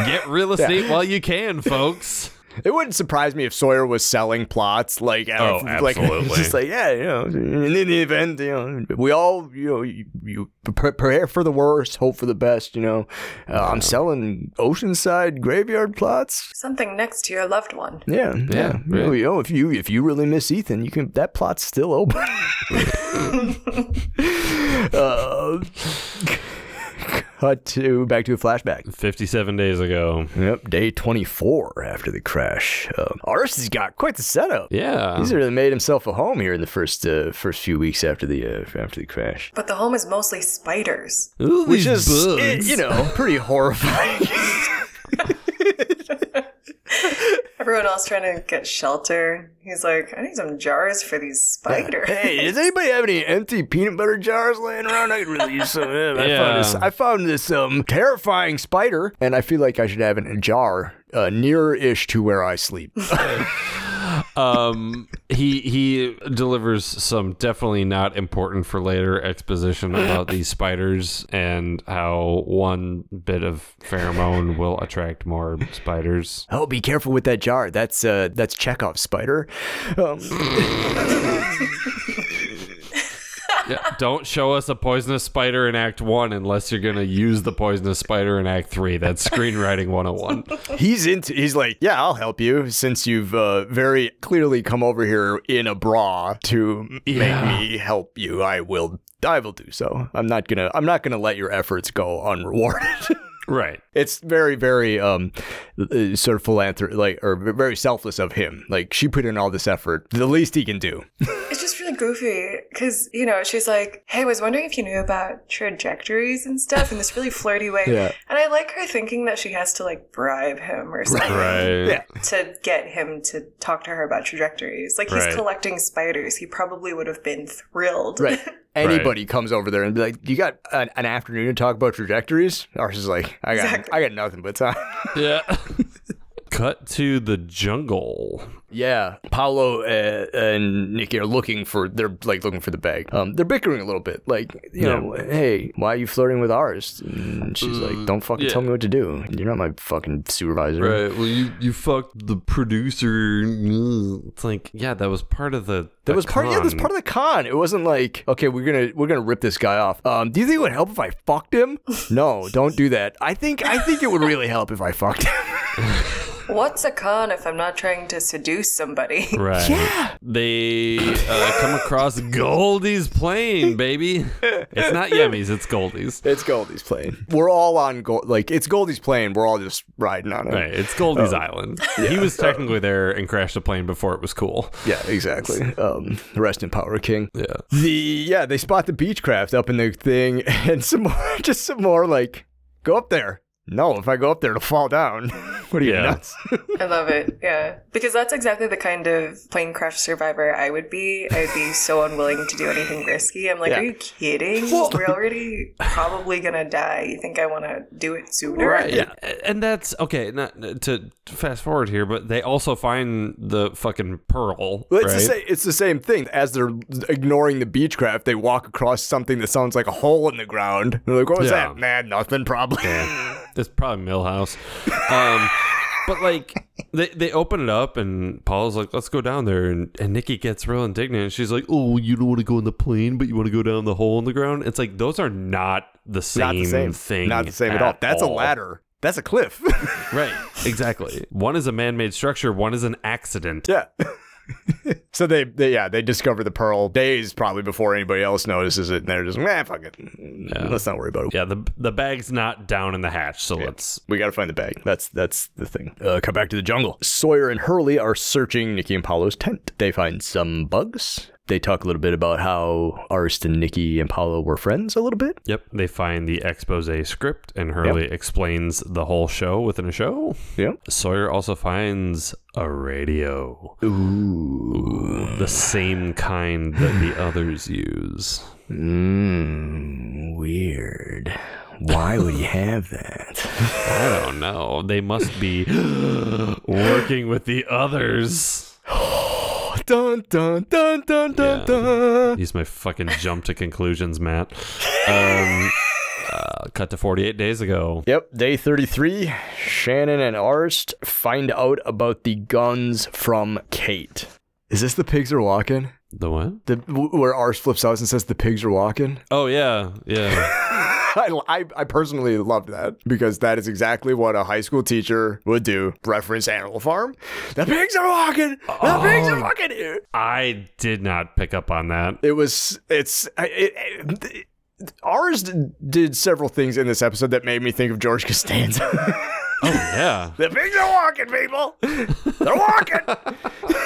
Get real estate while you can, folks.
It wouldn't surprise me if Sawyer was selling plots like. out of-
Oh,
like,
absolutely.
just like yeah, you know. In the event, you know, we all you know you, you pre- prepare for the worst, hope for the best. You know, uh, I'm selling oceanside graveyard plots.
Something next to your loved one.
Yeah, yeah. You know,
right.
you know, if you if you really miss Ethan, you can. That plot's still open. uh, cut to back to a flashback.
57 days ago.
Yep, day twenty four after the crash. Uh, Aris has got quite the setup.
Yeah.
He's really made himself a home here in the first uh, first few weeks after the uh, after the crash,
But the home is mostly spiders.
Ooh,
which
these
is
bugs.
eh, you know pretty horrifying.
Everyone else trying to get shelter. He's like, I need some jars for these spiders.
Hey, does anybody have any empty peanut butter jars laying around? I could really use some of them. I
Yeah.
found this, I found this um, terrifying spider, and I feel like I should have it in a jar uh, near-ish to where I sleep.
um he he delivers some definitely not important for later exposition about these spiders and how one bit of pheromone will attract more spiders
oh, be careful with that jar. That's uh, that's Chekhov's spider. Um,
Yeah, don't show us a poisonous spider in Act 1 unless you're going to use the poisonous spider in Act 3. That's screenwriting 101.
He's into. He's like, yeah, I'll help you since you've uh, very clearly come over here in a bra to
Yeah.
make me help you. I will. I will do so. I'm not gonna. I'm not gonna let your efforts go unrewarded.
right.
it's very, very um, uh, sort of philanthropic, like or very selfless of him. Like she put in all this effort. The least he can do.
It's just really goofy because, you know, she's like, Hey, I was wondering if you knew about trajectories and stuff in this really flirty way.
Yeah.
And I like her thinking that she has to, like, bribe him or something
Right.
Yeah.
to get him to talk to her about trajectories. Like, he's
Right.
collecting spiders. He probably would have been thrilled.
Right. Anybody comes over there and be like, "You got an, an afternoon to talk about trajectories?" Ours is like, "I got,
Exactly.
I got nothing but time."
Yeah. Cut to the jungle.
Yeah, Paolo uh, and Nikki are looking for they're like looking for the bag. Um, they're bickering a little bit, like you know, hey, why are you flirting with ours? And she's like, don't fucking tell me what to do. You're not my fucking supervisor.
Well, you you fucked the producer. It's like, yeah, that was part of the.
That was part. Yeah, that's part of the con. It wasn't like okay, we're gonna we're gonna rip this guy off. Um, do you think it would help if I fucked him? No, don't do that. I think I think it would really help if I fucked him.
What's a con if I'm not trying to seduce somebody?
Right. Yeah. They uh, come across Goldie's plane, baby. It's not Yemi's, it's Goldie's.
It's Goldie's plane. We're all on gold. Like it's Goldie's plane. We're all just riding on it.
Right, it's Goldie's
Oh.
Island. He was technically there and crashed a plane before it was cool.
Yeah, exactly. Um, rest in power, King.
Yeah.
The yeah, they spot the Beechcraft up in the thing, and some more, just some more like, go up there. No, if I go up there, it'll fall down. what are you
Yeah.
nuts?
I love it. Yeah. Because that's exactly the kind of plane crash survivor I would be. I'd be so unwilling to do anything risky. I'm like,
Yeah.
are you kidding? We're already probably going to die. You think I want to do it sooner?
Right. Yeah. And that's okay. Not to fast forward here, but they also find the fucking pearl.
Well, it's
right?
the same. It's the same thing. As they're ignoring the Beechcraft, they walk across something that sounds like a hole in the ground. They're like, what was
Yeah.
that? Man, nothing probably.
That's probably Millhouse. Um, but like they they open it up and Paul's like, let's go down there and, and Nikki gets real indignant and she's like, Oh, you don't want to go in the plane, but you want to go down the hole in the ground? It's like those are not the same,
Not the same
thing.
Not the same at all. That's a
all.
ladder. That's a cliff.
Right. Exactly. one is a man made structure, one is an accident.
Yeah. so they, they, yeah, they discover the pearl days probably before anybody else notices it, and they're just, nah, fuck it. Let's not worry about it.
Yeah, the the bag's not down in the hatch, so let's
We gotta find the bag. That's that's the thing. Uh, come back to the jungle. Sawyer and Hurley are searching Nikki and Paolo's tent. They find some bugs. They talk a little bit about how Arst and Nikki and Paolo were friends a little bit.
Yep, they find the expose script, and Hurley explains the whole show within a show.
Yeah.
Sawyer also finds a radio.
Ooh.
the same kind that the others use.
Mmm. Weird. Why would you have that?
I don't know. They must be working with the others.
dun dun dun dun dun
Yeah.
dun.
He's my fucking jump to conclusions, Matt. Um, uh, cut to 48 days ago.
Yep, day 33. Shannon and Arst find out about the guns from Kate. Is this the pigs are walking?
The what?
The w- where Arst flips out and says the pigs are walking?
Oh, yeah. Yeah.
I, I, I personally love that because that is exactly what a high school teacher would do. Reference Animal Farm. The pigs are walking. The pigs are walking.
I did not pick up on that.
It was it's I- it, it, Arst did several things in this episode that made me think of George Costanza.
Oh, yeah.
The pigs are walking, people. They're walking.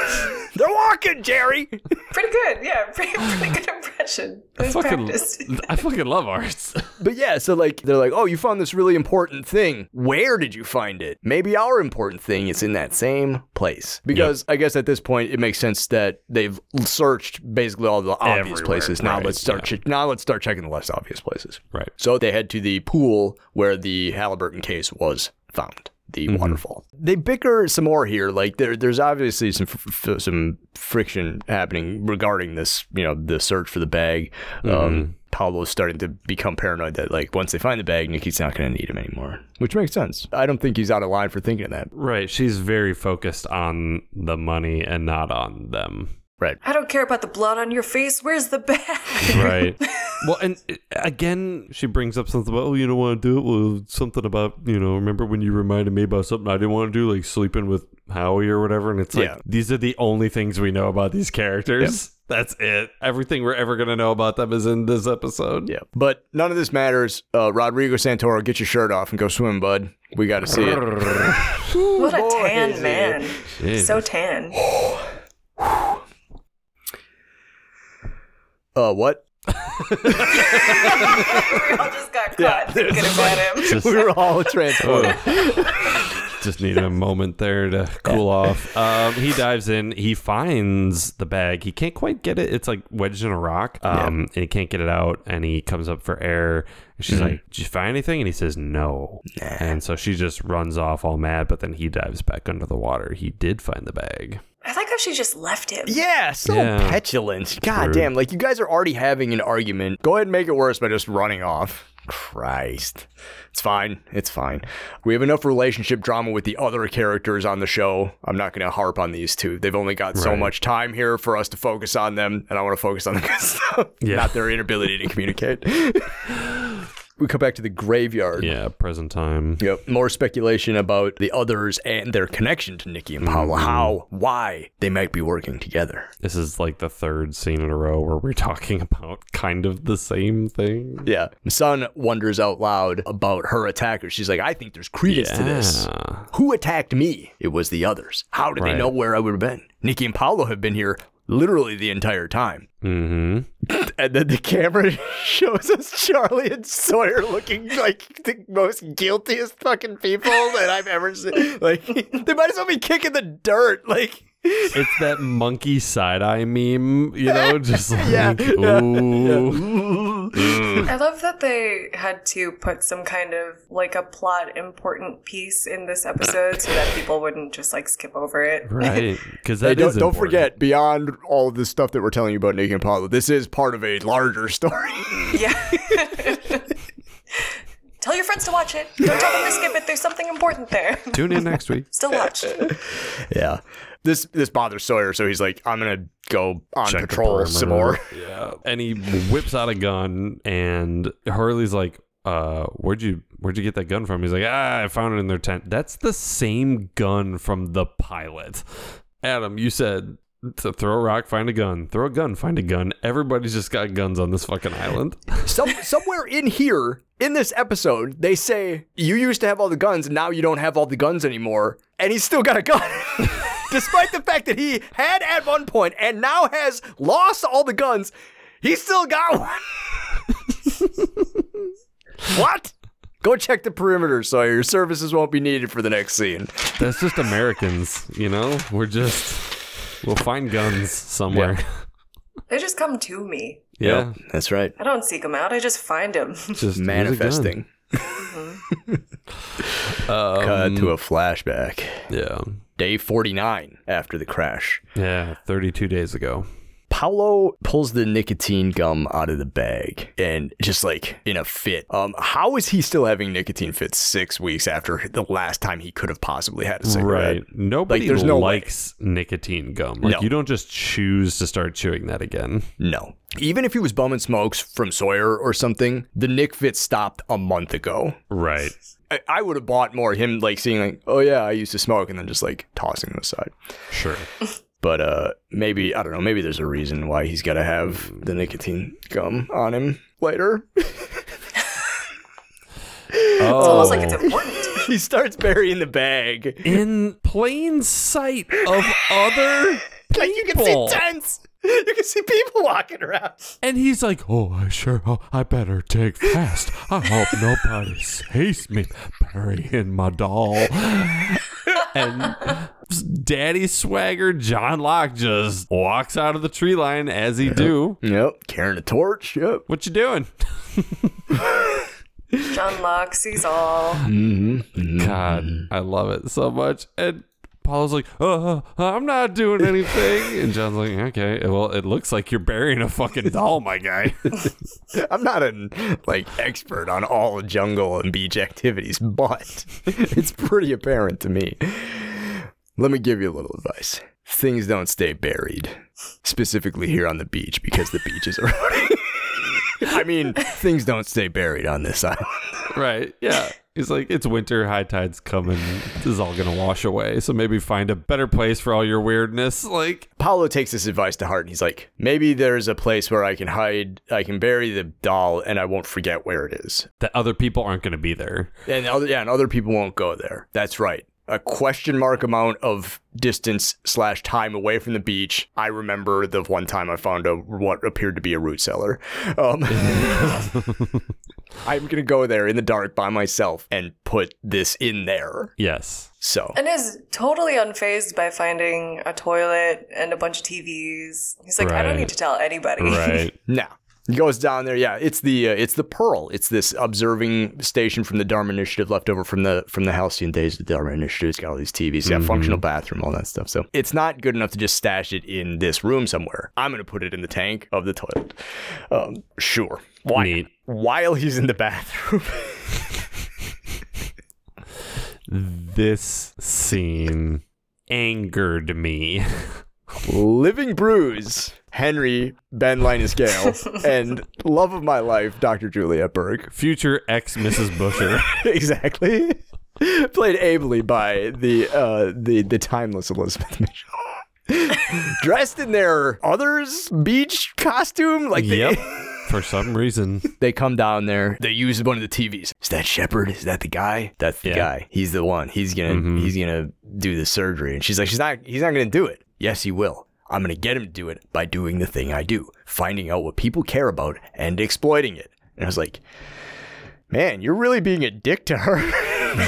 They're walking, Jerry.
Pretty good. Yeah. Pretty, pretty good impression. It
I
was
fucking,
practiced.
I fucking love arts.
But yeah, so like they're like, "Oh, you found this really important thing. Where did you find it? Maybe our important thing is in that same place." Because I guess at this point it makes sense that they've searched basically all the obvious
Everywhere,
places. Now
right,
let's start
yeah.
che- now let's start checking the less obvious places.
Right.
So they head to the pool where the Halliburton case was found, the waterfall. They bicker some more here. Like there, there's obviously some f- f- some friction happening regarding this, you know, the search for the bag. Um, Paolo's starting to become paranoid that like once they find the bag, Nikki's not going to need him anymore, which makes sense. I don't think he's out of line for thinking of that.
Right. She's very focused on the money and not on them.
Right.
I don't care about the blood on your face. Where's the bag?
Right. well, and uh, again, she brings up something about, oh, you don't want to do it. Well, something about, you know, remember when you reminded me about something I didn't want to do, like sleeping with Howie or whatever. And it's like,
Yeah.
these are the only things we know about these characters. That's it. Everything we're ever going to know about them is in this episode.
Yeah. But none of this matters. Uh, Rodrigo Santoro, get your shirt off and go swim, bud. We got to see it.
what a
boy, is
tan
he.
man.
Jeez.
So tan.
Uh, what?
we all just got caught thinking about him.
Just-
We were all transformed.
just needed a moment there to cool off. Um, he dives in. He finds the bag. He can't quite get it. It's like wedged in a rock. Um, and he can't get it out. And he comes up for air. And
Mm-hmm.
she's like, "Did you find anything?" And he says, "No." And so she just runs off all mad. But then he dives back under the water. He did find the bag.
I like how she just left him.
Yeah, so
Yeah.
petulant. God damn, like you guys are already having an argument. Go ahead and make it worse by just running off. Christ. It's fine. It's fine. We have enough relationship drama with the other characters on the show. I'm not going to harp on these two. They've only got so
Right.
much time here for us to focus on them, and I want to focus on the good stuff,
Yeah.
not their inability to communicate. we come back to the graveyard.
Yeah, present time.
Yep. More speculation about the others and their connection to Nikki and Paula.
Mm-hmm.
How, why they might be working together.
This is like the third scene in a row where we're talking about kind of the same thing.
Yeah. Sun wonders out loud about her attacker. She's like, I think there's credence to this.
Yeah.
Who attacked me? It was the others. How did
Right.
they know where I would have been? Nikki and Paolo have been here literally the entire time.
Mm-hmm.
And then the camera shows us Charlie and Sawyer looking like the most guiltiest fucking people that I've ever seen. Like, they might as well be kicking the dirt. Like,
it's that monkey side eye meme, you know, just like
Yeah, yeah,
ooh.
I love that they had to put some kind of like a plot important piece in this episode so that people wouldn't just like skip over it.
right? Because
Hey,
that
don't,
is
don't
important.
forget, beyond all of the stuff that we're telling you about Nikki and Paolo, this is part of a larger story.
Yeah. Tell your friends to watch it. Don't tell them to skip it. There's something important there.
Tune in next week.
Still watch.
Yeah. This this bothers Sawyer, so he's like, I'm gonna go on
Check the
patrol some more.
perimeter. Yeah, and he whips out a gun, and Hurley's like, "Uh, where'd you where'd you get that gun from?" He's like, "Ah, I found it in their tent. That's the same gun from the pilot." Adam, you said. To throw a rock, find a gun. Throw a gun, find a gun. Everybody's just got guns on this fucking island.
some, somewhere in here, in this episode, they say you used to have all the guns, and now you don't have all the guns anymore, and he's still got a gun. Despite the fact that he had at one point and now has lost all the guns, he's still got one. what? Go check the perimeter, Sawyer. Your services won't be needed for the next scene.
That's just Americans, you know? We're just we'll find guns somewhere.
They just come to me.
Yeah.
that's right.
I don't seek them out. I just find them.
Just
Manifesting. Cut to a flashback.
Yeah.
Um, Day 49 after the crash.
Yeah. Thirty two days ago.
Paolo pulls the nicotine gum out of the bag and just like in a fit. Um, how is he still having nicotine fits six weeks after the last time he could have possibly had a cigarette?
Right. Nobody
Like, there's no way.
likes nicotine gum. Like
No.
you don't just choose to start chewing that again.
No. Even if he was bumming smokes from Sawyer or something, the Nick fit stopped a month ago.
Right.
I, I would have bought more him like seeing like, oh yeah, I used to smoke and then just like tossing them aside.
Sure.
But uh maybe I don't know, maybe there's a reason why he's gotta have the nicotine gum on him later.
Oh.
Almost like it's important.
he starts burying the bag.
in plain sight of other
Like you can
people.
see tents. You can see people walking around.
And he's like, "Oh, I sure. Oh, I better take fast. I hope nobody sees me burying my doll." and Daddy Swagger John Locke just walks out of the tree line as he do.
Yep. Carrying a torch. Yep.
What you doing?
John Locke sees all.
Mm-hmm.
God, I love it so much. And Paul's like, "Oh, I'm not doing anything." And John's like, "Okay, well, it looks like you're burying a fucking doll, my guy."
I'm not an like expert on all jungle and beach activities, but it's pretty apparent to me. Let me give you a little advice. Things don't stay buried, specifically here on the beach because the beach is eroding. I mean, things don't stay buried on this island.
Right. Yeah. He's like, it's winter, high tide's coming. This is all gonna wash away. So maybe find a better place for all your weirdness. Like,
Paolo takes this advice to heart and he's like, maybe there's a place where I can hide, I can bury the doll and I won't forget where it is.
that other people aren't gonna be there.
And other, yeah, and other people won't go there. That's right. A question mark amount of distance slash time away from the beach. I remember the one time I found a what appeared to be a root cellar. Um, I'm gonna go there in the dark by myself and put this in there.
Yes.
So
And is totally unfazed by finding a toilet and a bunch of TVs. He's like, I don't
Right.
need to tell anybody.
Right.
now he goes down there. Yeah, it's the uh, it's the pearl. It's this observing station from the Dharma Initiative left over from the from the Halcyon days of the Dharma Initiative. It's got all these TVs,
Mm-hmm.
yeah, functional bathroom, all that stuff. So it's not good enough to just stash it in this room somewhere. I'm gonna put it in the tank of the toilet. Um, sure. Why?
Neat.
While he's in the bathroom.
This scene angered me.
Living Bruise, Henry, Ben Linus Gale, and love of my life, Dr. Juliet Berg.
Future ex Mrs. Busher.
exactly. Played ably by the uh, the the timeless Elizabeth Mitchell. Dressed in their others beach costume, like they,
yep. For some reason.
they come down there. They use one of the TVs. Is that Shepard? Is that the guy? That's the
Yeah. Mm-hmm.
guy. He's the one. He's gonna he's gonna do the surgery. And she's like, she's not he's not gonna do it. Yes, he will. I'm gonna get him to do it by doing the thing I do, finding out what people care about and exploiting it. And I was like, man, you're really being a dick to her.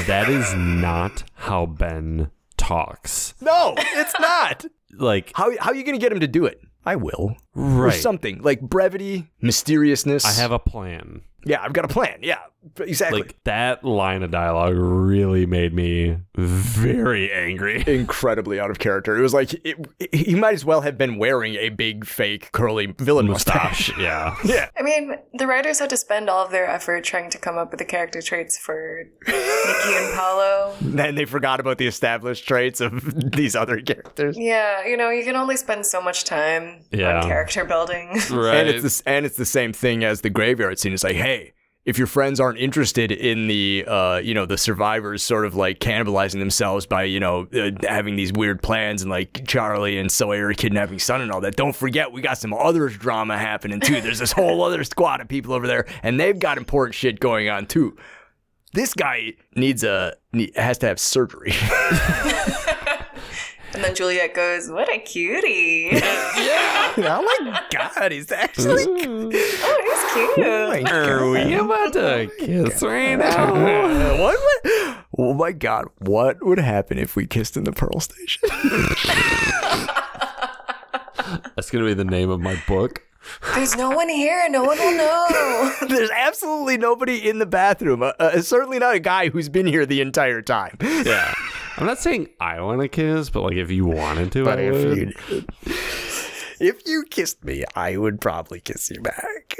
That is not how Ben talks.
No, it's not.
Like,
how how are you going to get him to do it? I will. Or
right.
something like brevity, mysteriousness.
I have a plan.
yeah, I've got a plan. Yeah, exactly.
Like, that line of dialogue really made me very angry.
Incredibly out of character. It was like it, he might as well have been wearing a big fake curly villain mustache.
Yeah.
yeah,
I mean, the writers had to spend all of their effort trying to come up with the character traits for Nikki and Paolo.
then they forgot about the established traits of these other characters.
Yeah, you know, you can only spend so much time
Yeah.
on character building.
Right.
And it's this, and it's the same thing as the graveyard scene. It's like, hey, if your friends aren't interested in the, uh, you know, the survivors sort of like cannibalizing themselves by, you know, uh, having these weird plans and like Charlie and Sawyer kidnapping Son and all that. Don't forget, we got some other drama happening too. There's this whole other squad of people over there, and they've got important shit going on too. This guy needs a ne- has to have surgery.
and then Juliet goes, What a cutie.
oh my god, he's actually.
oh, he's cute.
Oh my
Are
God.
we about to kiss right now?
Uh, what would, oh my god, what would happen if we kissed in the Pearl Station?
That's gonna be the name of my book.
There's no one here. No one will know.
There's absolutely nobody in the bathroom. Uh, uh, certainly not a guy who's been here the entire time.
Yeah. I'm not saying I want to kiss, but like if you wanted to, I would.
you, if you kissed me, I would probably kiss you back.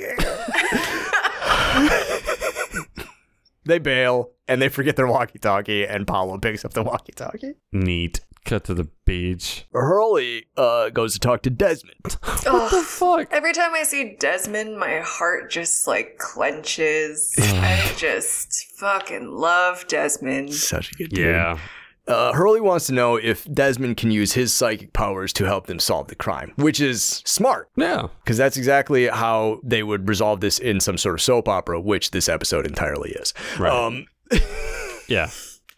they bail and they forget their walkie-talkie, and Paolo picks up the walkie-talkie.
Neat. Cut to the beach.
Hurley uh, goes to talk to Desmond.
Ugh.
Fuck.
Oh, Every time I see Desmond, my heart just like clenches. I just fucking love Desmond.
Such a good
Yeah.
Uh, Hurley wants to know if Desmond can use his psychic powers to help them solve the crime, which is smart
Yeah.
because that's exactly how they would resolve this in some sort of soap opera, which this episode entirely is.
Right.
Um,
Yeah.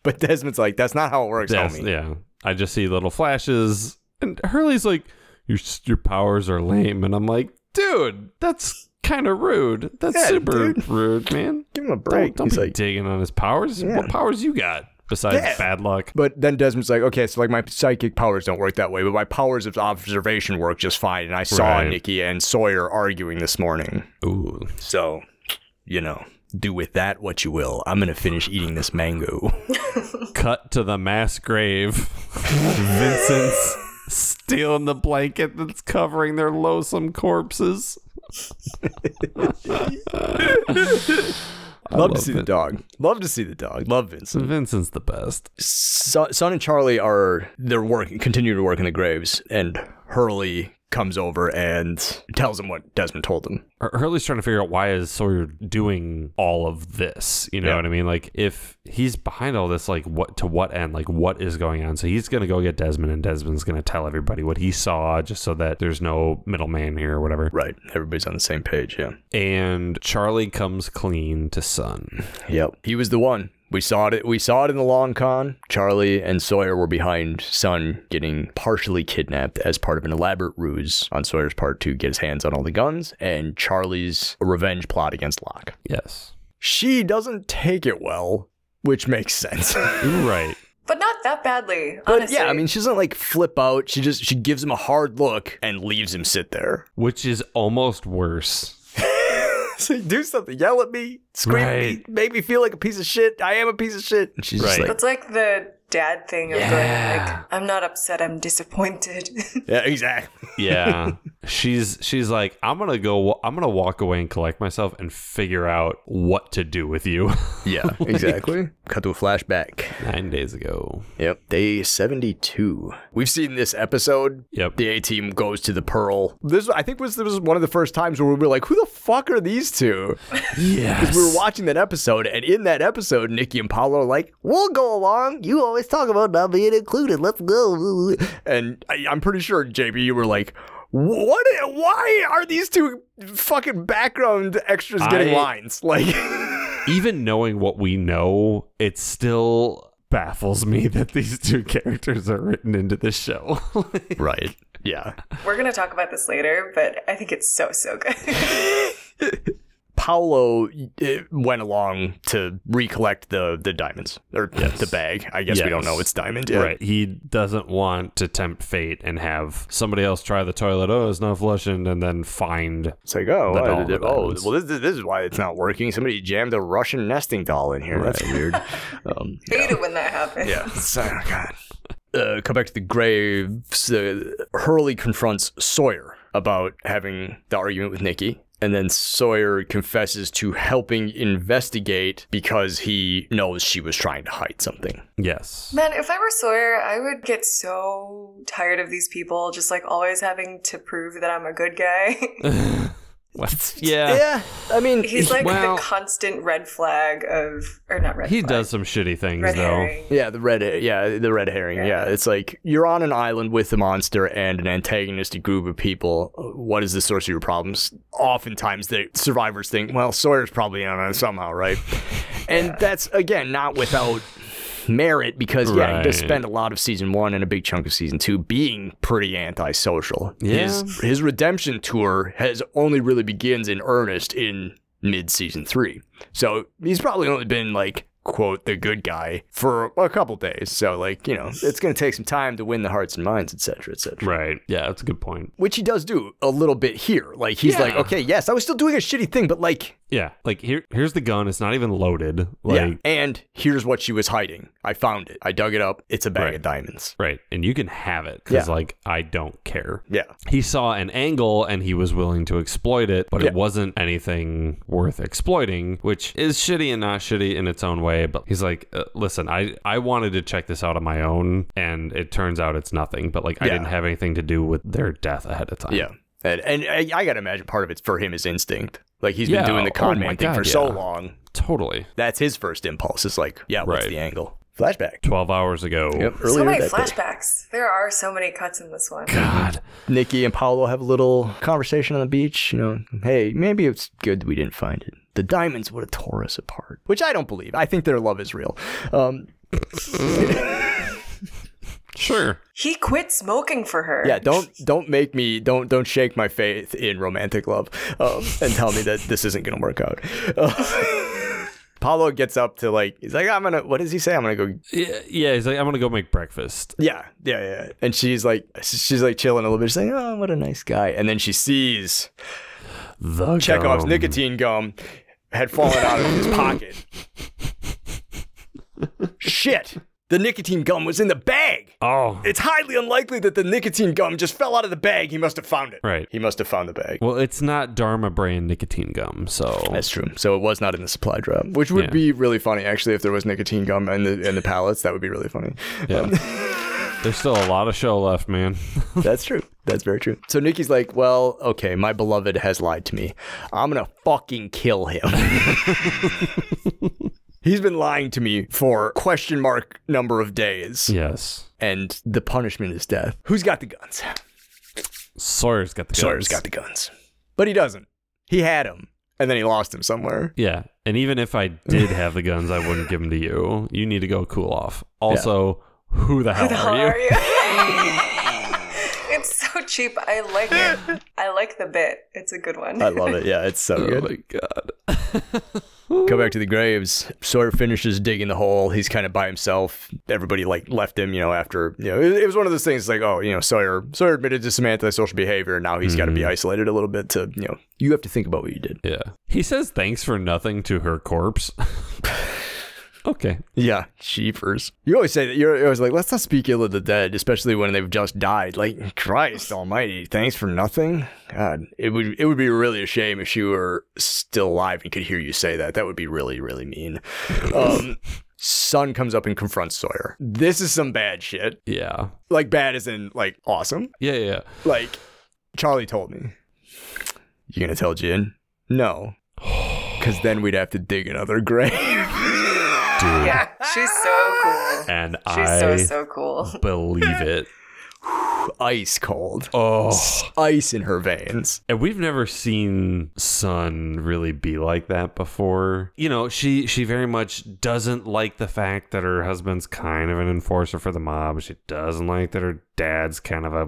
but Desmond's like, that's not how it works,
That's-
homie.
yeah. I just see little flashes, and Hurley's like, "Your s- your powers are lame," and I'm like, "Dude, that's kind of rude. That's
Yeah,
super
dude.
rude, man.
Give him a
Don't,
break.
don't
He's
be
like,
digging on his powers. What powers you got besides
Yeah.
bad luck?"
but then Desmond's like, okay, so like my psychic powers don't work that way, but my powers of observation work just fine. And I saw
Right.
Nikki and Sawyer arguing this morning.
Ooh.
So, you know, do with that what you will. I'm going to finish eating this mango.
Cut to the mass grave. Vincent's stealing the blanket that's covering their loathsome corpses.
Love, to see the dog. Love to see the dog. Love Vincent.
Vincent's the best.
Son, Son and Charlie are they're working, continuing to work in the graves, and Hurley comes over and tells him what Desmond told him.
Hur- Hurley's trying to figure out why is Sawyer doing all of this. You know
Yeah.
what I mean? Like if he's behind all this, like what to what end? Like what is going on? So he's gonna go get Desmond, and Desmond's gonna tell everybody what he saw, just so that there's no middleman here or whatever.
Right. Everybody's on the same page. Yeah.
And Charlie comes clean to Son.
Yep. He was the one. We saw it. We saw it in the long con. Charlie and Sawyer were behind Son getting partially kidnapped as part of an elaborate ruse on Sawyer's part to get his hands on all the guns, and Charlie's revenge plot against Locke.
Yes,
She doesn't take it well, which makes sense.
You're right.
But not that badly,
But
honestly.
yeah, I mean, she doesn't like flip out. She just she gives him a hard look and leaves him sit there.
Which is almost worse.
It's like, do something, yell at me, scream at me,
Right.
make me feel like a piece of shit. I am a piece of shit. And she's just
Right.
like,
That's like the dad thing of going
Yeah.
like, I'm not upset, I'm disappointed.
yeah, exactly.
Yeah. she's she's like, I'm gonna go I'm gonna walk away and collect myself and figure out what to do with you.
Yeah, exactly. Cut to a flashback.
Nine days ago.
Yep, day seventy-two. We've seen this episode.
Yep.
the A team goes to the Pearl. This I think was this was one of the first times where we were like, who the fuck are these two?
Yes.
We were watching that episode, and in that episode, Nikki and Paolo are like, "We'll go along. You always talk about not being included. Let's go." And I, I'm pretty sure JB, you were like, "What? Why are these two fucking background extras getting
I-
lines?" Like,
Even knowing what we know, it still baffles me that these two characters are written into the show.
right? Yeah.
We're gonna talk about this later, but I think it's so so good.
Paolo eh, went along to recollect the the diamonds or the bag. I guess we don't
Yes.
know it's diamond. yet.
Right. He doesn't want to tempt fate and have somebody else try the toilet, oh, it's not flushing, and then find
It's like, oh,
The
why
doll
did it-
that
oh,
was-
well, this, this, this is why it's not working. Somebody jammed a Russian nesting doll in here. That's weird. um,
I hate it when that happens.
yeah. So, oh, God. Uh, come back to the graves. Uh, Hurley confronts Sawyer about having the argument with Nikki. And then Sawyer confesses to helping investigate because he knows she was trying to hide something.
Yes.
Man, if I were Sawyer, I would get so tired of these people just like always having to prove that I'm a good guy.
What?
I mean,
He's like
Well-
the constant red flag of, or not red
He
flag,
does some shitty things
red
though.
herring.
Yeah, the red, yeah, the red herring. Yeah. it's like you're on an island with a monster and an antagonistic group of people. What is the source of your problems? Oftentimes, the survivors think, "Well, Sawyer's probably on it somehow, right?" and that's again not without merit because yeah, he does
Right.
spend a lot of season one and a big chunk of season two being pretty antisocial.
Yeah.
His his redemption tour has only really begins in earnest in mid season three. So he's probably only been like quote the good guy for a couple days. So like you know it's going to take some time to win the hearts and minds, etc., cetera, etc. Cetera.
Right. Yeah, that's a good point.
Which he does do a little bit here. Like he's
Yeah.
like, okay, yes, I was still doing a shitty thing, but like
Yeah. Like here here's the gun, it's not even loaded. Like
yeah. And here's what she was hiding. I found it. I dug it up. It's a bag
Right.
of diamonds.
right. And you can have it cuz
Yeah.
like I don't care.
Yeah.
He saw an angle and he was willing to exploit it, but
Yeah.
it wasn't anything worth exploiting, which is shitty and not shitty in its own way, but he's like, uh, "Listen, I I wanted to check this out on my own and it turns out it's nothing, but like I
Yeah.
didn't have anything to do with their death ahead of time."
Yeah. And, and I, I got to imagine part of it's for him is instinct. Like he's
Yeah.
been doing the
Oh
con
my
man thing
God,
for so
yeah.
long.
Totally.
That's his first impulse. It's like, yeah, what's
Right.
the angle? Flashback.
12 hours ago.
So many flashbacks. There are so many cuts in this one.
God.
Nikki and Paolo have a little conversation on the beach. You know, hey, maybe it's good we didn't find it. The diamonds would have tore us apart, which I don't believe. I think their love is real. Um,
Sure.
He quit smoking for her.
yeah, don't don't make me don't don't shake my faith in romantic love um, and tell me that this isn't gonna work out. Uh, Paolo gets up to like he's like I'm gonna what does he say I'm gonna go
Yeah, yeah, he's like, I'm gonna go make breakfast.
Yeah, yeah, yeah. And she's like, she's like chilling a little bit, saying, "Oh, what a nice guy." And then she sees
The
Chekhov's
gum.
nicotine gum had fallen out of his pocket. Shit! The nicotine gum was in the bag. bag.
Oh.
It's highly unlikely that the nicotine gum just fell out of the bag. He must have found it.
Right.
He must have found the bag.
Well, it's not Dharma brand nicotine gum, so
That's true. So it was not in the supply drop, which would
Yeah.
be really funny actually if there was nicotine gum in the in the pallets. That would be really funny.
there's still a lot of show left, man.
That's true. That's very true. So Nikki's like, well, okay, my beloved has lied to me. I'm gonna fucking kill him. He's been lying to me for question mark number of days,
yes.
and the punishment is death. Who's got the guns?
Sawyer's got the guns.
Sawyer's got the guns, but he doesn't. He had them, and then he lost them somewhere.
Yeah. And even if I did have the guns, I wouldn't give them to you. You need to go cool off. Also, who the hell
the hell
are you?
are you? it's so cheap. I like it. I like the bit. It's a good one.
I love it. Yeah, it's so
Oh
good.
my god.
Go back to the graves. Sawyer finishes digging the hole. He's kind of by himself. Everybody like left him, you know. After you know, it, it was one of those things like, oh, you know, Sawyer Sawyer admitted to some antisocial behavior, and now he's got to be isolated a little bit to, you know, you have to think about what you did.
Yeah. He says thanks for nothing to her corpse. okay.
Yeah, cheapers. You always say that. You're always like, let's not speak ill of the dead, especially when they've just died. Like Christ Almighty, thanks for nothing. God, it would it would be really a shame if she were still alive and could hear you say that. That would be really really mean. Um, Son comes up and confronts Sawyer. This is some bad shit.
Yeah.
Like bad as in like awesome.
Yeah, yeah.
Like Charlie told me. You gonna tell Jin? No. Cause then we'd have to dig another grave.
Yeah, she's so cool.
And
She's
I
so so cool.
believe it.
Ice cold.
Oh.
Ice in her veins.
And we've never seen Sun really be like that before. You know, she she very much doesn't like the fact that her husband's kind of an enforcer for the mob. She doesn't like that her dad's kind of a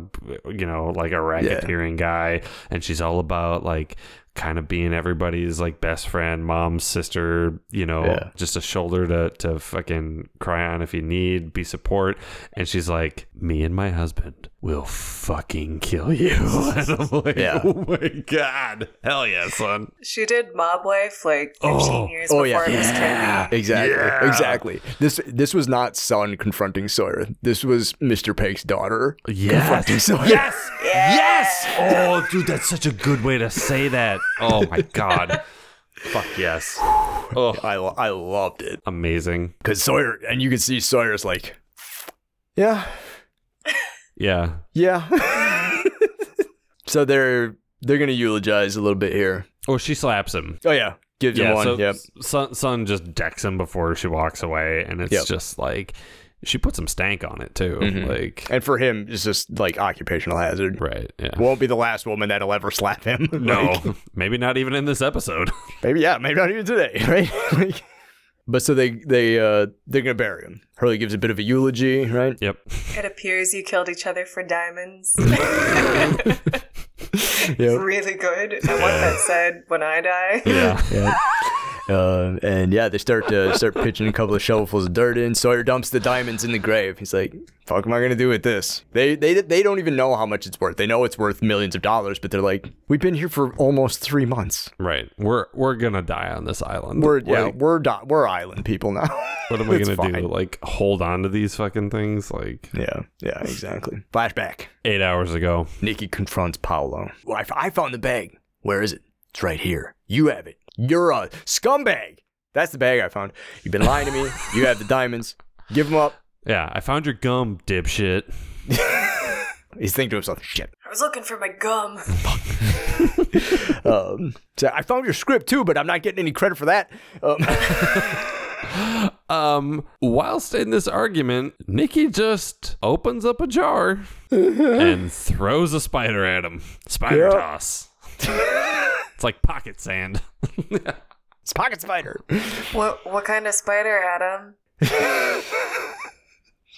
you know, like a racketeering guy and she's all about like kind of being everybody's like best friend, mom's sister, you know,
Yeah.
just a shoulder to to fucking cry on if you need, be support. And she's like, "Me and my husband will fucking kill you." and I'm like,
Yeah.
"Oh my god, hell yeah, son!"
She did mob wife like 15
Oh.
years
Oh,
before
yeah.
it was trendy.
Exactly. Exactly. This this was not Son confronting Sawyer. This was Mr. Pake's daughter confronting
Yes,
Sawyer.
yes, yes! Oh, dude, that's such a good way to say that. Oh my god, fuck yes, oh,
I, lo- I loved it.
amazing.
Because Sawyer, and you can see Sawyer's like, yeah,
Yeah,
yeah. so they're they're gonna eulogize a little bit here.
oh, she slaps him.
Oh yeah, gives him one.
so
yep.
Sun, Sun just decks him before she walks away, and it's
Yep.
just like she put some stank on it too. Like,
And for him, it's just like occupational hazard.
right? Yeah.
Won't be the last woman that'll ever slap him.
no,
Like,
maybe not even in this episode.
maybe yeah, maybe not even today, right? like, but so they they uh they're gonna bury him. Hurley gives a bit of a eulogy, right?
yep.
It appears you killed each other for diamonds.
Yep.
really good. I want that said when I die.
Yeah.
Uh, and yeah, they start to start pitching a couple of shovelfuls of dirt in. Sawyer dumps the diamonds in the grave. He's like, "Fuck, am I gonna do with this?" They they they don't even know how much it's worth. They know it's worth millions of dollars, but they're like, "We've been here for almost three months.
Right. We're we're gonna die on this island.
We're yeah,
Like,
we're di- we're island people now."
what am I
It's
gonna do?
fine.
Like hold on to these fucking things? Like
Yeah, yeah, exactly. Flashback.
eight hours ago.
Nikki confronts Paolo. Well, I, f- I found the bag. Where is it? It's right here. You have it. You're a scumbag. That's the bag I found. You've been lying to me. You have the diamonds. Give them up.
Yeah, I found your gum, dipshit.
He's thinking to himself, shit.
I was looking for my gum.
Um, so I found your script too, but I'm not getting any credit for that. Um,
Um, whilst in this argument, Nikki just opens up a jar and throws a spider at him. Spider
Yeah.
toss. it's like pocket sand.
it's Pocket Spider.
What what kind of spider, Adam?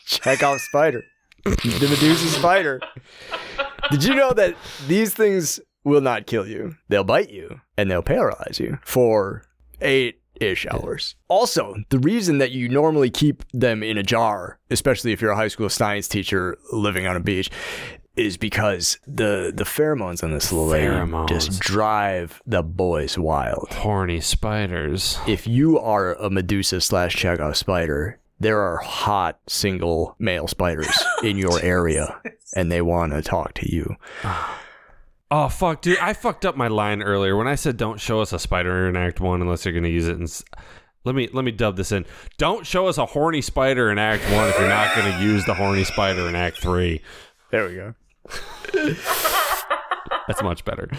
Check out Spider. The Medusa Spider. Did you know that these things will not kill you? They'll bite you and they'll paralyze you for eight ish hours. Also, the reason that you normally keep them in a jar, especially if you're a high school science teacher living on a beach, is because the the pheromones on this little lady
Pheromones.
just drive the boys wild
Horny spiders.
if you are a Medusa slash Chekhov spider, there are hot single male spiders in your area and they want to talk to you.
Oh fuck, dude! I fucked up my line earlier when I said don't show us a spider in Act One unless you're going to use it. And s- let me let me dub this in. Don't show us a horny spider in Act One if you're not going to use the horny spider in Act Three.
There we go.
That's much better.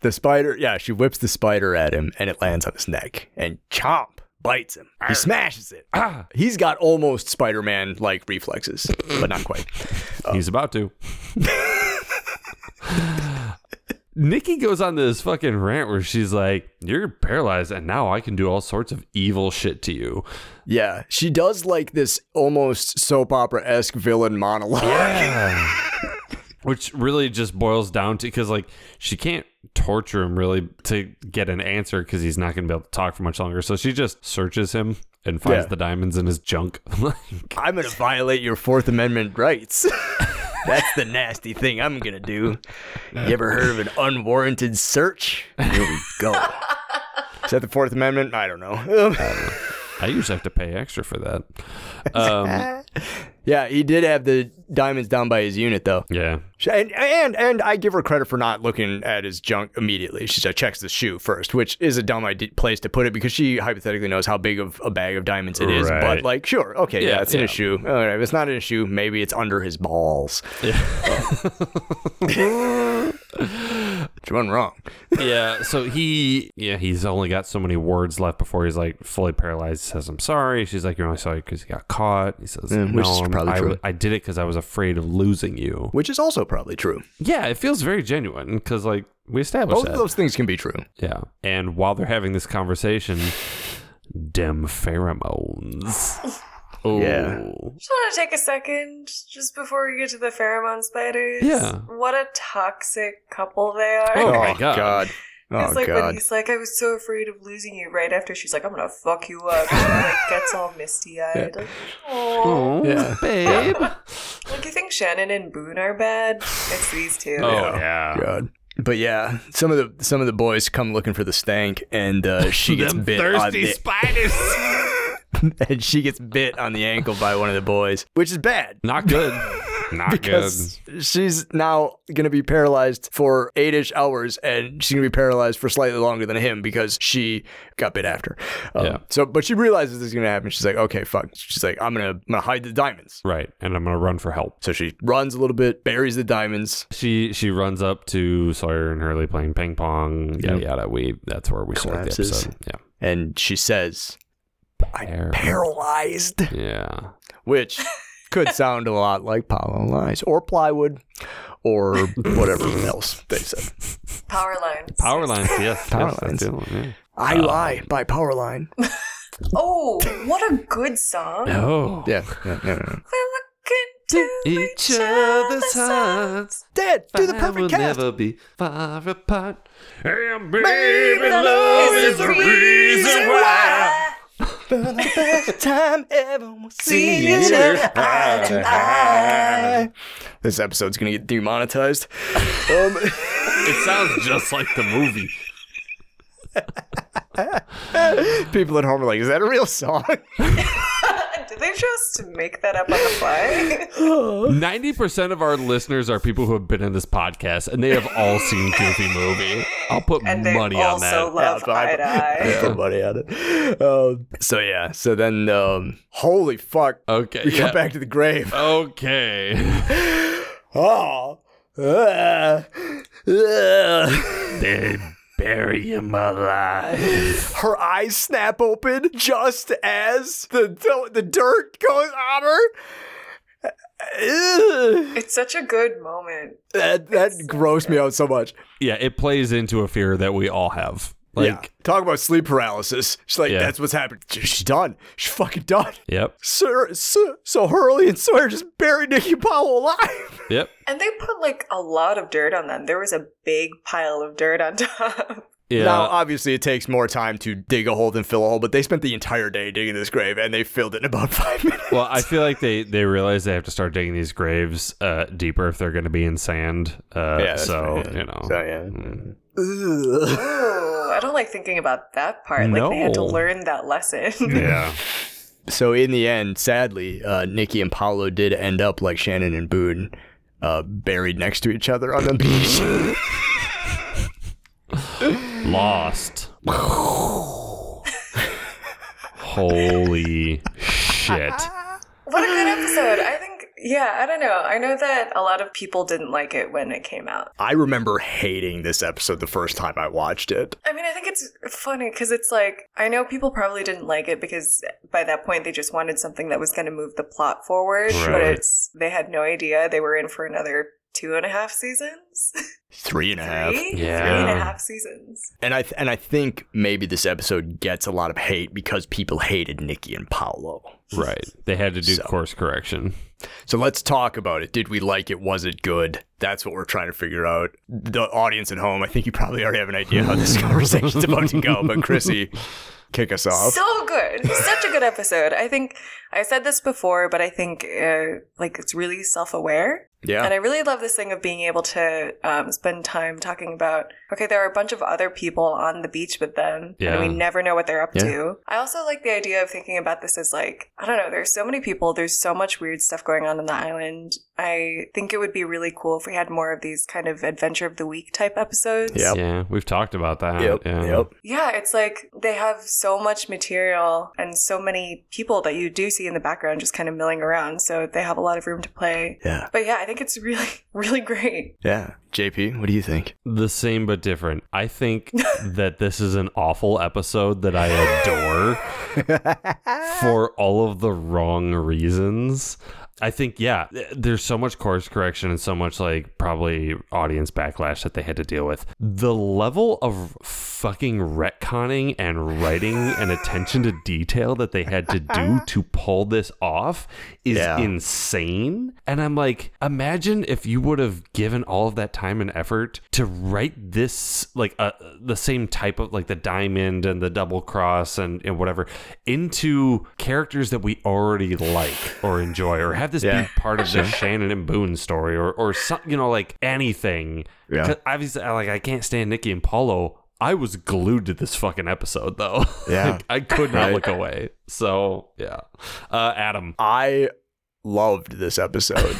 The spider, yeah, she whips the spider at him and it lands on his neck. And Chomp bites him. He smashes it.
Ah.
He's got almost Spider Man like reflexes, but not quite.
He's about to. Nikki goes on this fucking rant where she's like, "You're paralyzed, and now I can do all sorts of evil shit to you."
Yeah, she does like this almost soap opera esque villain monologue.
which really just boils down to because like she can't torture him really to get an answer because he's not going to be able to talk for much longer so she just searches him and finds
Yeah.
the diamonds in his junk Like,
I'm going to violate your Fourth Amendment rights. That's the nasty thing I'm going to do. You ever heard of an unwarranted search? Here we go. Is that the Fourth Amendment? I don't know.
i usually have to pay extra for that um,
yeah, he did have the diamonds down by his unit, though.
yeah
She- And, and and I give her credit for not looking at his junk immediately. She just checks the shoe first, which is a dumb idea, place to put it because she hypothetically knows how big of a bag of diamonds it is.
Right.
But like, sure, okay, yeah,
Yeah,
it's in
yeah.
a shoe. All right, if it's not in a shoe, maybe it's under his balls. Yeah. she went wrong.
yeah so he yeah he's only got so many words left before he's like fully paralyzed he says i'm sorry she's like you're only sorry because you got caught he says
Yeah,
no
which is
I'm-
probably
I,
true.
w- I did it because i was afraid of losing you
Which is also probably true.
yeah it feels very genuine because like we established
Both
that.
of those things can be true.
Yeah. And while they're having this conversation, dem pheromones. Oh.
Yeah.
Just want to take a second, just before we get to the pheromone spiders.
Yeah.
What a toxic couple they are.
Oh my God.
Oh
it's like when
god.
he's like, I was so afraid of losing you. Right after she's like, I'm gonna fuck you up. She like gets all misty eyed. Like, oh,
Oh,
Yeah.
babe.
like you think Shannon and Boone are bad? It's these two.
Oh
Yeah.
yeah.
God. But yeah, some of the some of the boys come looking for the stank, and uh, she gets
Them
bit on
thirsty
the,
spiders.
and she gets bit on the ankle by one of the boys, which is bad
Not good. Not
because she's now going to be paralyzed for eight ish hours, and she's going to be paralyzed for slightly longer than him because she got bit after. Um,
Yeah.
So, but she realizes this is going to happen. She's like, okay, fuck. She's like, I'm gonna, I'm gonna hide the diamonds.
good. Right. And I'm gonna run for help.
So she runs a little bit, buries the diamonds.
She she runs up to Sawyer and Hurley playing ping pong. Yada
Yep.
yada. We that's where we
Collapses.
start the episode.
And she says,
Yeah.
I'm
There.
paralyzed.
Yeah.
which could sound a lot like Paulo Lies or plywood or whatever else they said.
Power lines.
Power lines. Yes.
Power
yes,
lines.
That's the one, yeah.
I lie by Powerline.
Oh, what a good song.
Oh.
Yeah, yeah, yeah, yeah.
We're looking to each, other's hearts.
Dad, do the
I
perfect
will
cast.
never be far apart. And
Baby,
baby,
love
love is the reason why.
Best time ever. We'll see
See
it
you
eye to eye. This episode's gonna get demonetized. Um,
It sounds just like the movie.
people at home are like, "Is that a real song?"
Did they just make that up on the fly?
90% of our listeners are people who have been in this podcast and they have all seen Goofy Movie. I'll put
and they
money on
also
that.
love
Yeah,
eye
I-
to eye.
Put money on it. Um, so yeah. So then, um, holy fuck,
Okay.
we
yeah.
come back to the grave.
Okay.
Oh. Uh, uh.
they bury him alive.
Her eyes snap open just as the the dirt goes on her. Ugh.
It's such a good moment.
That that grossed me out so much.
Yeah, it plays into a fear that we all have. Like,
yeah, talk about sleep paralysis. She's like,
Yeah.
that's what's happened. She's done. She's fucking done.
yep,
Sir, so, so Hurley and Sawyer just buried Nikki Powell alive.
yep.
And they put like a lot of dirt on them. There was a big pile of dirt on top.
Yeah.
Now, obviously, it takes more time to dig a hole than fill a hole, but they spent the entire day digging this grave, and they filled it in about five minutes.
Well, I feel like they they realize they have to start digging these graves uh, deeper if they're going to be in sand. Uh,
that's
so
right, yeah.
you know,
So, yeah.
Mm.
Ugh.
Ooh, I don't like thinking about that part. Like they had to
No.
learn that lesson.
yeah.
so in the end, sadly, uh, Nikki and Paolo did end up like Shannon and Boone, uh, buried next to each other on the beach.
Lost. Holy shit.
What a good episode. I think, yeah, I don't know. I know that a lot of people didn't like it when it came out.
I remember hating this episode the first time I watched it.
I mean, I think it's funny because it's like, I know people probably didn't like it because by that point they just wanted something that was going to move the plot forward, but
Right.
it's, they had no idea they were in for another two and a half seasons.
Three and a half.
Three? Three and
Yeah.
a half seasons.
And I th- and I think maybe this episode gets a lot of hate because people hated Nikki and Paolo.
Right. They had to do
So.
course correction.
So let's talk about it. Did we like it? Was it good? That's what we're trying to figure out. The audience at home, I think you probably already have an idea how this conversation's about to go, but Chrissy, kick us off.
So good. Such a good episode. I think I said this before, but I think uh, like it's really self aware.
yeah.
And I really love this thing of being able to um, spend time talking about, okay, there are a bunch of other people on the beach with them,
Yeah.
and we never know what they're up
Yeah.
to. I also like the idea of thinking about this as like, I don't know, there's so many people, there's so much weird stuff going on on the island. I think it would be really cool if we had more of these kind of adventure of the week type episodes.
Yep.
Yeah, we've talked about that.
Yep.
Uh, yeah.
Yep.
Yeah, it's like they have so much material and so many people that you do see in the background just kind of milling around. So they have a lot of room to play.
Yeah.
But yeah, I think it's really, really great.
Yeah. JP, what do you think?
The same but different. I think that this is an awful episode that I adore for all of the wrong reasons. I think, yeah, th- there's so much course correction and so much, like, probably audience backlash that they had to deal with. The level of fucking retconning and writing and attention to detail that they had to do to pull this off is
Yeah.
insane. And I'm like, imagine if you would have given all of that time and effort to write this, like uh, the same type of like the diamond and the double cross and, and whatever into characters that we already like or enjoy or have this
Yeah.
be part of the Shannon and Boone story or, or some, you know, like anything.
Yeah.
'Cause Obviously, I- like I can't stand Nikki and Paulo. I was glued to this fucking episode though.
Yeah.
like, I could not
Right.
look away. So, yeah. Uh, Adam.
I loved this episode.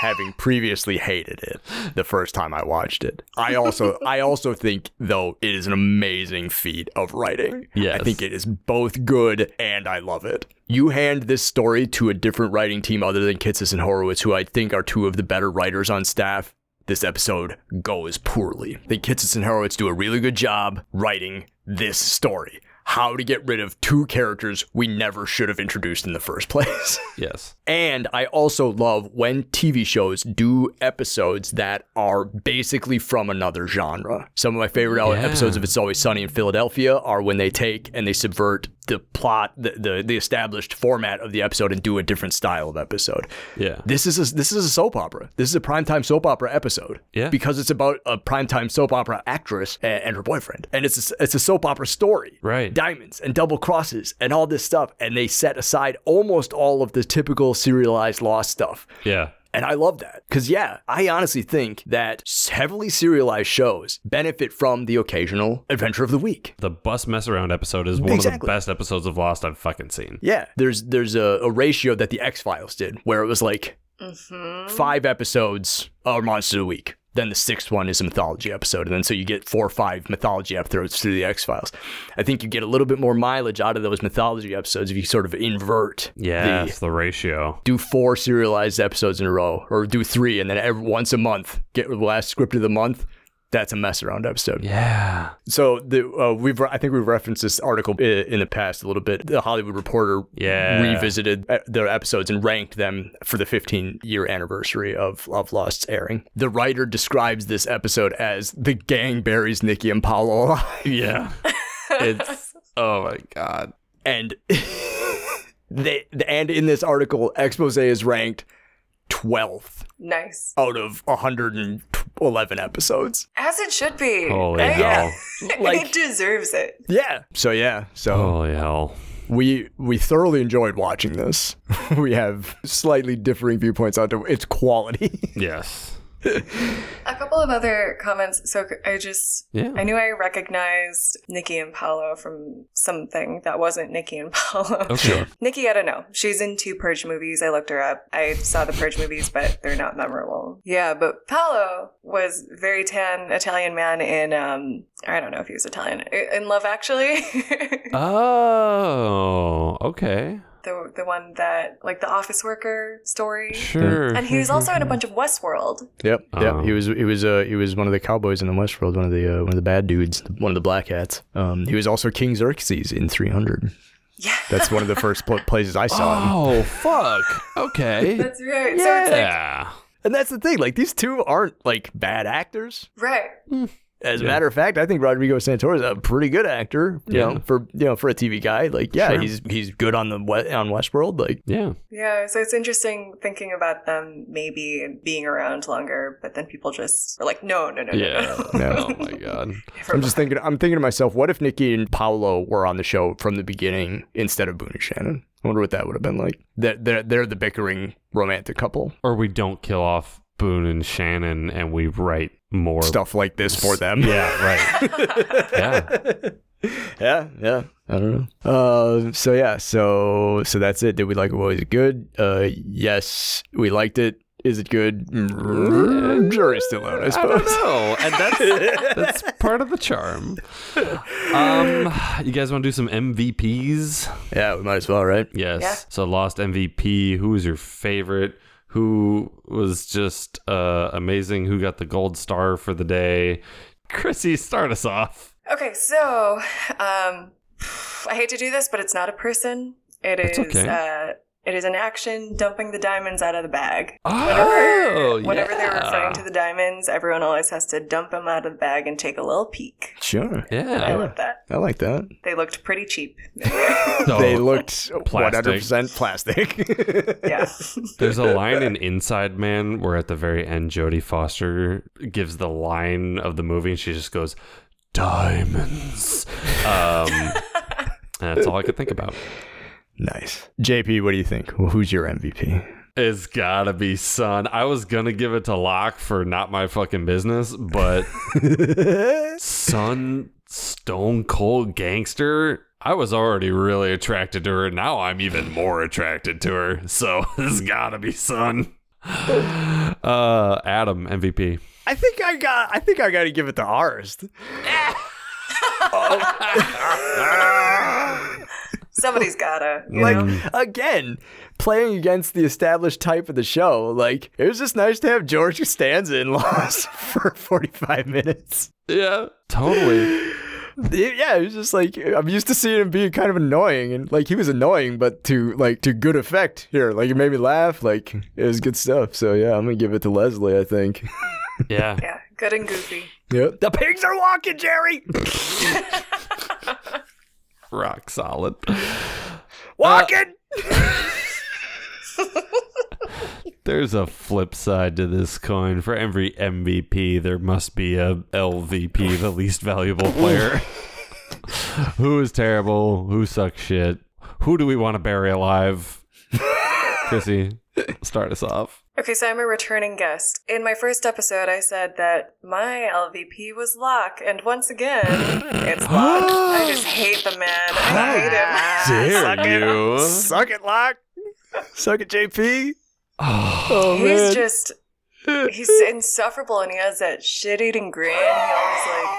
having previously hated it the first time I watched it. I also I also think though it is an amazing feat of writing.
Yes.
I think it is both good and I love it. You hand this story to a different writing team other than Kitsis and Horowitz, who I think are two of the better writers on staff. This episode goes poorly. I think Kitsis and Horowitz do a really good job writing this story. How to get rid of two characters we never should have introduced in the first place.
Yes.
And I also love when TV shows do episodes that are basically from another genre. Some of my favorite
Yeah.
episodes of It's Always Sunny in Philadelphia are when they take and they subvert the plot, the, the, the established format of the episode, and do a different style of episode.
Yeah.
This is a, this is a soap opera. This is a primetime soap opera episode.
Yeah.
Because it's about a primetime soap opera actress and, and her boyfriend, and it's a, it's a soap opera story.
Right.
Diamonds and double crosses and all this stuff, and they set aside almost all of the typical serialized lost stuff.
Yeah.
And I love that. Because, yeah, I honestly think that heavily serialized shows benefit from the occasional adventure of the week.
The bus mess around episode is one of the
Exactly.
best episodes of Lost I've fucking seen.
Yeah, there's there's a, a ratio that the X Files did where it was like five episodes are monsters a week. Then the sixth one is a mythology episode, and then so you get four or five mythology episodes through the X Files. I think you get a little bit more mileage out of those mythology episodes if you sort of invert.
Yes,
The,
the ratio.
do four serialized episodes in a row, or do three, and then every, once a month get the last script of the month. That's a mess around episode.
Yeah.
So the uh, we've I think we've referenced this article i- in the past a little bit. The Hollywood Reporter
Yeah.
revisited uh, their episodes and ranked them for the 15 year anniversary of of Lost's airing. The writer describes this episode as the gang buries Nikki and Paolo alive,
Yeah. it's oh my god.
and they and in this article, expose is ranked 12th
Nice.
out of 111 episodes.
As it should be.
Holy
I-
hell.
Like-
it deserves it.
Yeah. So yeah. So.
Holy hell.
we we thoroughly enjoyed watching this. we have slightly differing viewpoints on to its quality.
Yes.
A couple of other comments. So I just,
Yeah.
I knew I recognized Nikki and Paolo from something that wasn't Nikki and Paolo.
Okay.
Nikki, I don't know. She's in two Purge movies. I looked her up. I saw the Purge movies, but they're not memorable. Yeah, but Paolo was very tan Italian man in um I don't know if he was Italian i- in Love Actually,
Oh, okay.
the the one that like the office worker story.
Sure.
And he was also in a bunch of Westworld.
Yep, yep.
Oh.
He was he was uh he was one of the cowboys in the Westworld, one of the uh, one of the bad dudes, one of the black hats. Um, he was also King Xerxes in 300.
Yeah,
That's one of the first pl- places I saw him.
Oh, fuck. Okay.
that's right. So it's like
yeah.
And that's the thing, like these two aren't like bad actors.
right.
As a matter of fact, I think Rodrigo Santoro is a pretty good actor. You
Yeah.
know, for you know for a TV guy, like yeah,
Sure.
he's he's good on the we- on Westworld. Like
Yeah.
Yeah, so it's interesting thinking about them maybe being around longer, but then people just are like, no, no, no,
Yeah.
no, no.
Oh my god.
I'm just thinking, I'm thinking to myself, what if Nikki and Paolo were on the show from the beginning instead of Boone and Shannon? I wonder what that would have been like. They're they're, they're the bickering romantic couple.
Or we don't kill off Boone and Shannon, and we write more
stuff like this for them.
Yeah. Right. yeah.
yeah, yeah. I don't know. Uh, so yeah, so so that's it. Did we like it? Was it good? Uh, yes, we liked it. Is it good? Mm, Jury's still out, I
I don't
suppose.
know, and that's that's part of the charm. Um, you guys want to do some MVPs?
Yeah, we might as well, right?
Yes.
Yeah.
So lost MVP. Who was your favorite? Who was just uh, amazing? Who got the gold star for the day? Chrissy, start us off.
Okay, so um, I hate to do this, but it's not a person. It is
That's okay.
uh, it is an action dumping the diamonds out of the bag.
Oh,
Whenever they're
yeah.
referring to the diamonds, everyone always has to dump them out of the bag and take a little peek.
Sure.
I
Yeah.
love that.
I like that.
They looked pretty cheap.
So,
They looked
Plastic.
100% plastic.
yeah.
There's a line in Inside Man where at the very end Jodie Foster gives the line of the movie and she just goes, Diamonds. Um and that's all I could think about.
nice. JP, what do you think? Who's your MVP?
It's gotta be son. I was gonna give it to Locke for not my fucking business, but son stone cold gangster. I was already really attracted to her. Now I'm even more attracted to her. So it's gotta be son. Uh Adam MVP.
I think I got. I think I got to give it to Arst.
Somebody's gotta. You
Like
know?
again, playing against the established type of the show. Like it was just nice to have George Costanza in Lost for 45 minutes.
Yeah, totally.
It- yeah, it was just like I'm used to seeing him being kind of annoying, and like he was annoying, but to like to good effect here. Like it made me laugh. Like it was good stuff. So yeah, I'm gonna give it to Leslie. I think.
Yeah.
yeah, good and goofy.
Yep. The pigs are walking, Jerry.
Rock solid.
Walking.
There's a flip side to this coin. For every MVP, there must be a LVP, the least valuable player. Who is terrible? Who sucks shit? Who do we want to bury alive? Chrissy, start us off.
Okay, so I'm a returning guest. In my first episode, I said that my LVP was Locke, and once again, it's Locke. I just hate the man. Uh, I hate him.
you?
Suck it, Locke. Suck it, JP.
Oh,
he's
man.
just, he's insufferable, and he has that shit-eating grin. He always like,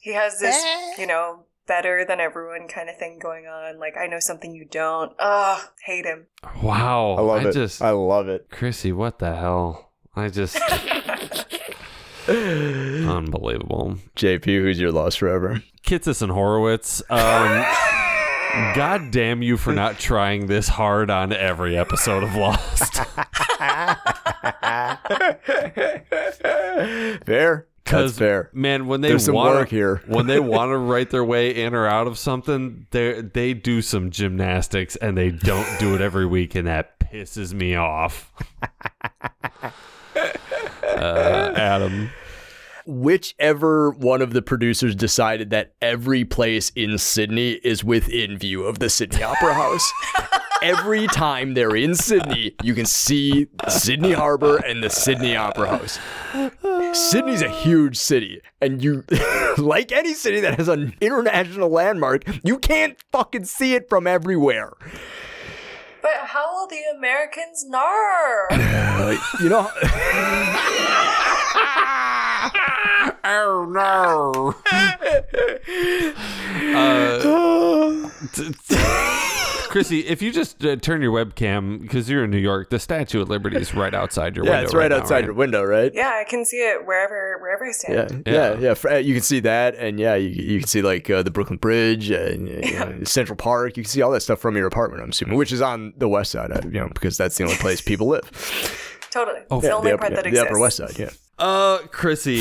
he has this, you know, better than everyone kind of thing going on. Like, I know something you don't. Ugh, hate him. Oh,
wow.
I love it.
Just,
I love it.
Chrissy, what the hell? I just unbelievable.
JP, who's your loss forever?
Kitsis and Horowitz. Um, God damn you for not trying this hard on every episode of Lost.
Ah.
fair. That's fair.
man, when they
There's some
want
work here.
when they want to write their way in or out of something, they they do some gymnastics and they don't do it every week, and that pisses me off. Uh, Adam,
Whichever one of the producers decided that every place in Sydney is within view of the Sydney Opera House. every time they're in Sydney, you can see Sydney Harbor and the Sydney Opera House. Sydney's a huge city, and you, like any city that has an international landmark, you can't fucking see it from everywhere.
But how will the Americans nar?
Uh, you know, Ah!
Oh no! Chrissy, if you just uh, turn your webcam because you're in New York, the Statue of Liberty is right outside your
yeah,
window.
it's right
now,
outside your window, right?
yeah, I can see it wherever wherever I stand.
Yeah, yeah, yeah. Fr- uh, You can see that, and yeah, you, you can see like uh, the Brooklyn Bridge and uh, you know, Central Park. You can see all that stuff from your apartment, I'm assuming, which is on the West Side, uh, you know, because that's the only place people live.
Totally. it's the only
Oh, the,
part
upper,
that
the
exists.
Upper West Side. Yeah.
Uh, Chrissy,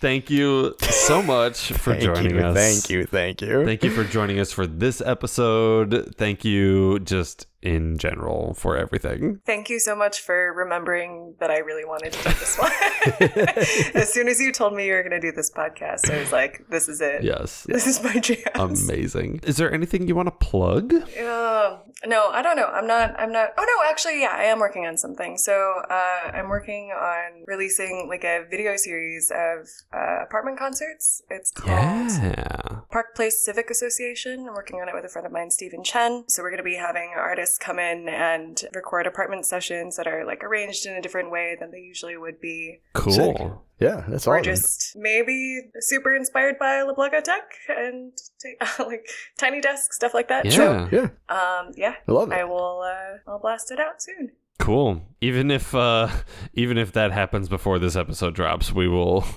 thank you so much for joining us.
Thank you. Thank you.
Thank you for joining us for this episode. Thank you, just in general, for everything.
Thank you so much for remembering that I really wanted to do this one. as soon as you told me you were going to do this podcast, I was like, this is it.
Yes.
This is my jam.
Amazing. Is there anything you want to plug?
Oh, no, I don't know. I'm not, I'm not, oh no, actually, yeah, I am working on something. So, uh, I'm working on releasing like a video series of, uh, apartment concerts. It's called
Yeah.
Park Place Civic Association. I'm working on it with a friend of mine, Stephen Chen. So we're going to be having artists come in and record apartment sessions that are like arranged in a different way than they usually would be.
Cool.
Sick. Yeah, that's
Or
awesome.
just maybe super inspired by La Blaga Tech and ta- like Tiny Desk stuff like that. So,
Yeah.
yeah,
um, yeah,
I love it.
I will. Uh, I'll blast it out soon.
Cool. Even if uh even if that happens before this episode drops, we will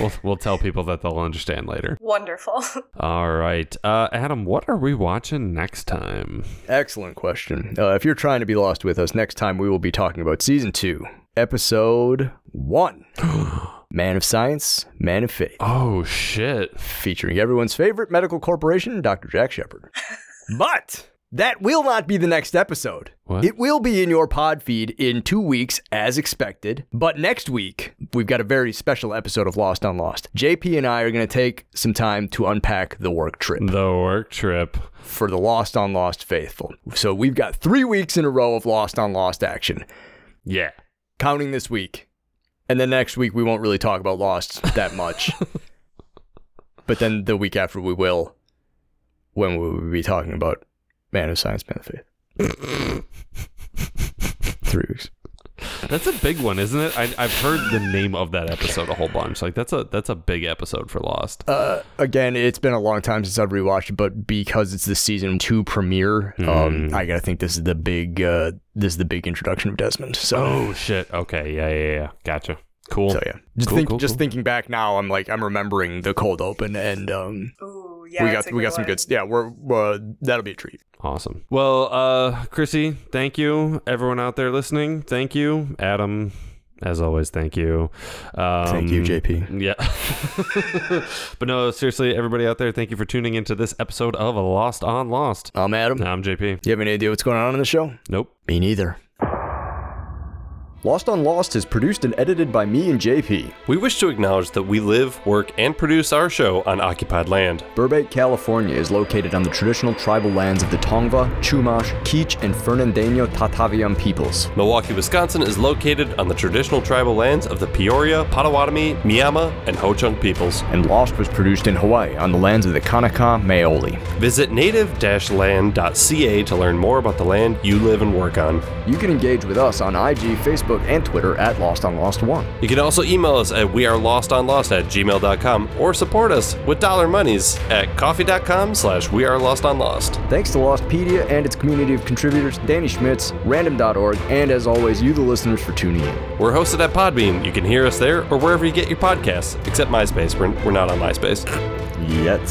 we'll, we'll tell people that they'll understand later.
Wonderful.
All right. Uh Adam, what are we watching next time?
Excellent question. Uh, if you're trying to be lost with us, next time we will be talking about season two, episode one Man of Science, Man of Faith,
Oh shit.
featuring everyone's favorite medical corporation, Dr. Jack Shepard. but that will not be the next episode.
What?
It will be in your pod feed in two weeks, as expected. But next week, we've got a very special episode of Lost on Lost. JP and I are going to take some time to unpack the work trip
The work trip.
for the Lost on Lost faithful. So we've got three weeks in a row of Lost on Lost action,
Yeah.
counting this week. And then next week, we won't really talk about Lost that much. but then the week after, we will, when we will be talking about Man of Science, Man of Faith. three weeks.
That's a big one, isn't it? I, I've heard the name of that episode a whole bunch. Like that's a that's a big episode for Lost.
Uh, again, it's been a long time since I've rewatched, it, but because it's the season two premiere,
Hmm.
um, I gotta think this is the big, uh, this is the big introduction of Desmond. So.
oh shit. Okay. Yeah. Yeah. Yeah. Gotcha. Cool.
So yeah, just
Cool,
think,
cool,
just
cool.
thinking back now, I'm like I'm remembering the cold open, and um,
Ooh, yeah.
we
that's
got
a
we got some
one.
good. Yeah, we're uh, that'll be a treat.
Awesome. Well, uh, Chrissy, thank you. Everyone out there listening, thank you. Adam, as always, thank you. Um,
JP.
Yeah. but no, seriously, everybody out there, thank you for tuning into this episode of Lost on Lost.
I'm Adam.
I'm JP.
You have any idea what's going on in the show?
Nope.
Me neither. Lost on Lost is produced and edited by me and JP,
We wish to acknowledge that we live, work, and produce our show on occupied land.
Burbank, California is located on the traditional tribal lands of the Tongva, Chumash, Keech, and Fernandeño Tataviam peoples.
Milwaukee, Wisconsin is located on the traditional tribal lands of the Peoria, Potawatomi, Miama, and Ho Chunk peoples.
And Lost was produced in Hawaii on the lands of the Kanaka Maoli.
Visit native land.ca to learn more about the land you live and work on.
You can engage with us on IG, Facebook, and Twitter at Lost on Lost One.
You can also email us at wearelostonlost at gmail.com or support us with dollar monies at coffee.com slash wearelostonlost.
Thanks to Lostpedia and its community of contributors, Danny Schmitz, Random.org, and as always, you, the listeners, for tuning in.
We're hosted at Podbean. You can hear us there or wherever you get your podcasts, except MySpace. We're, we're not on MySpace.
Yet.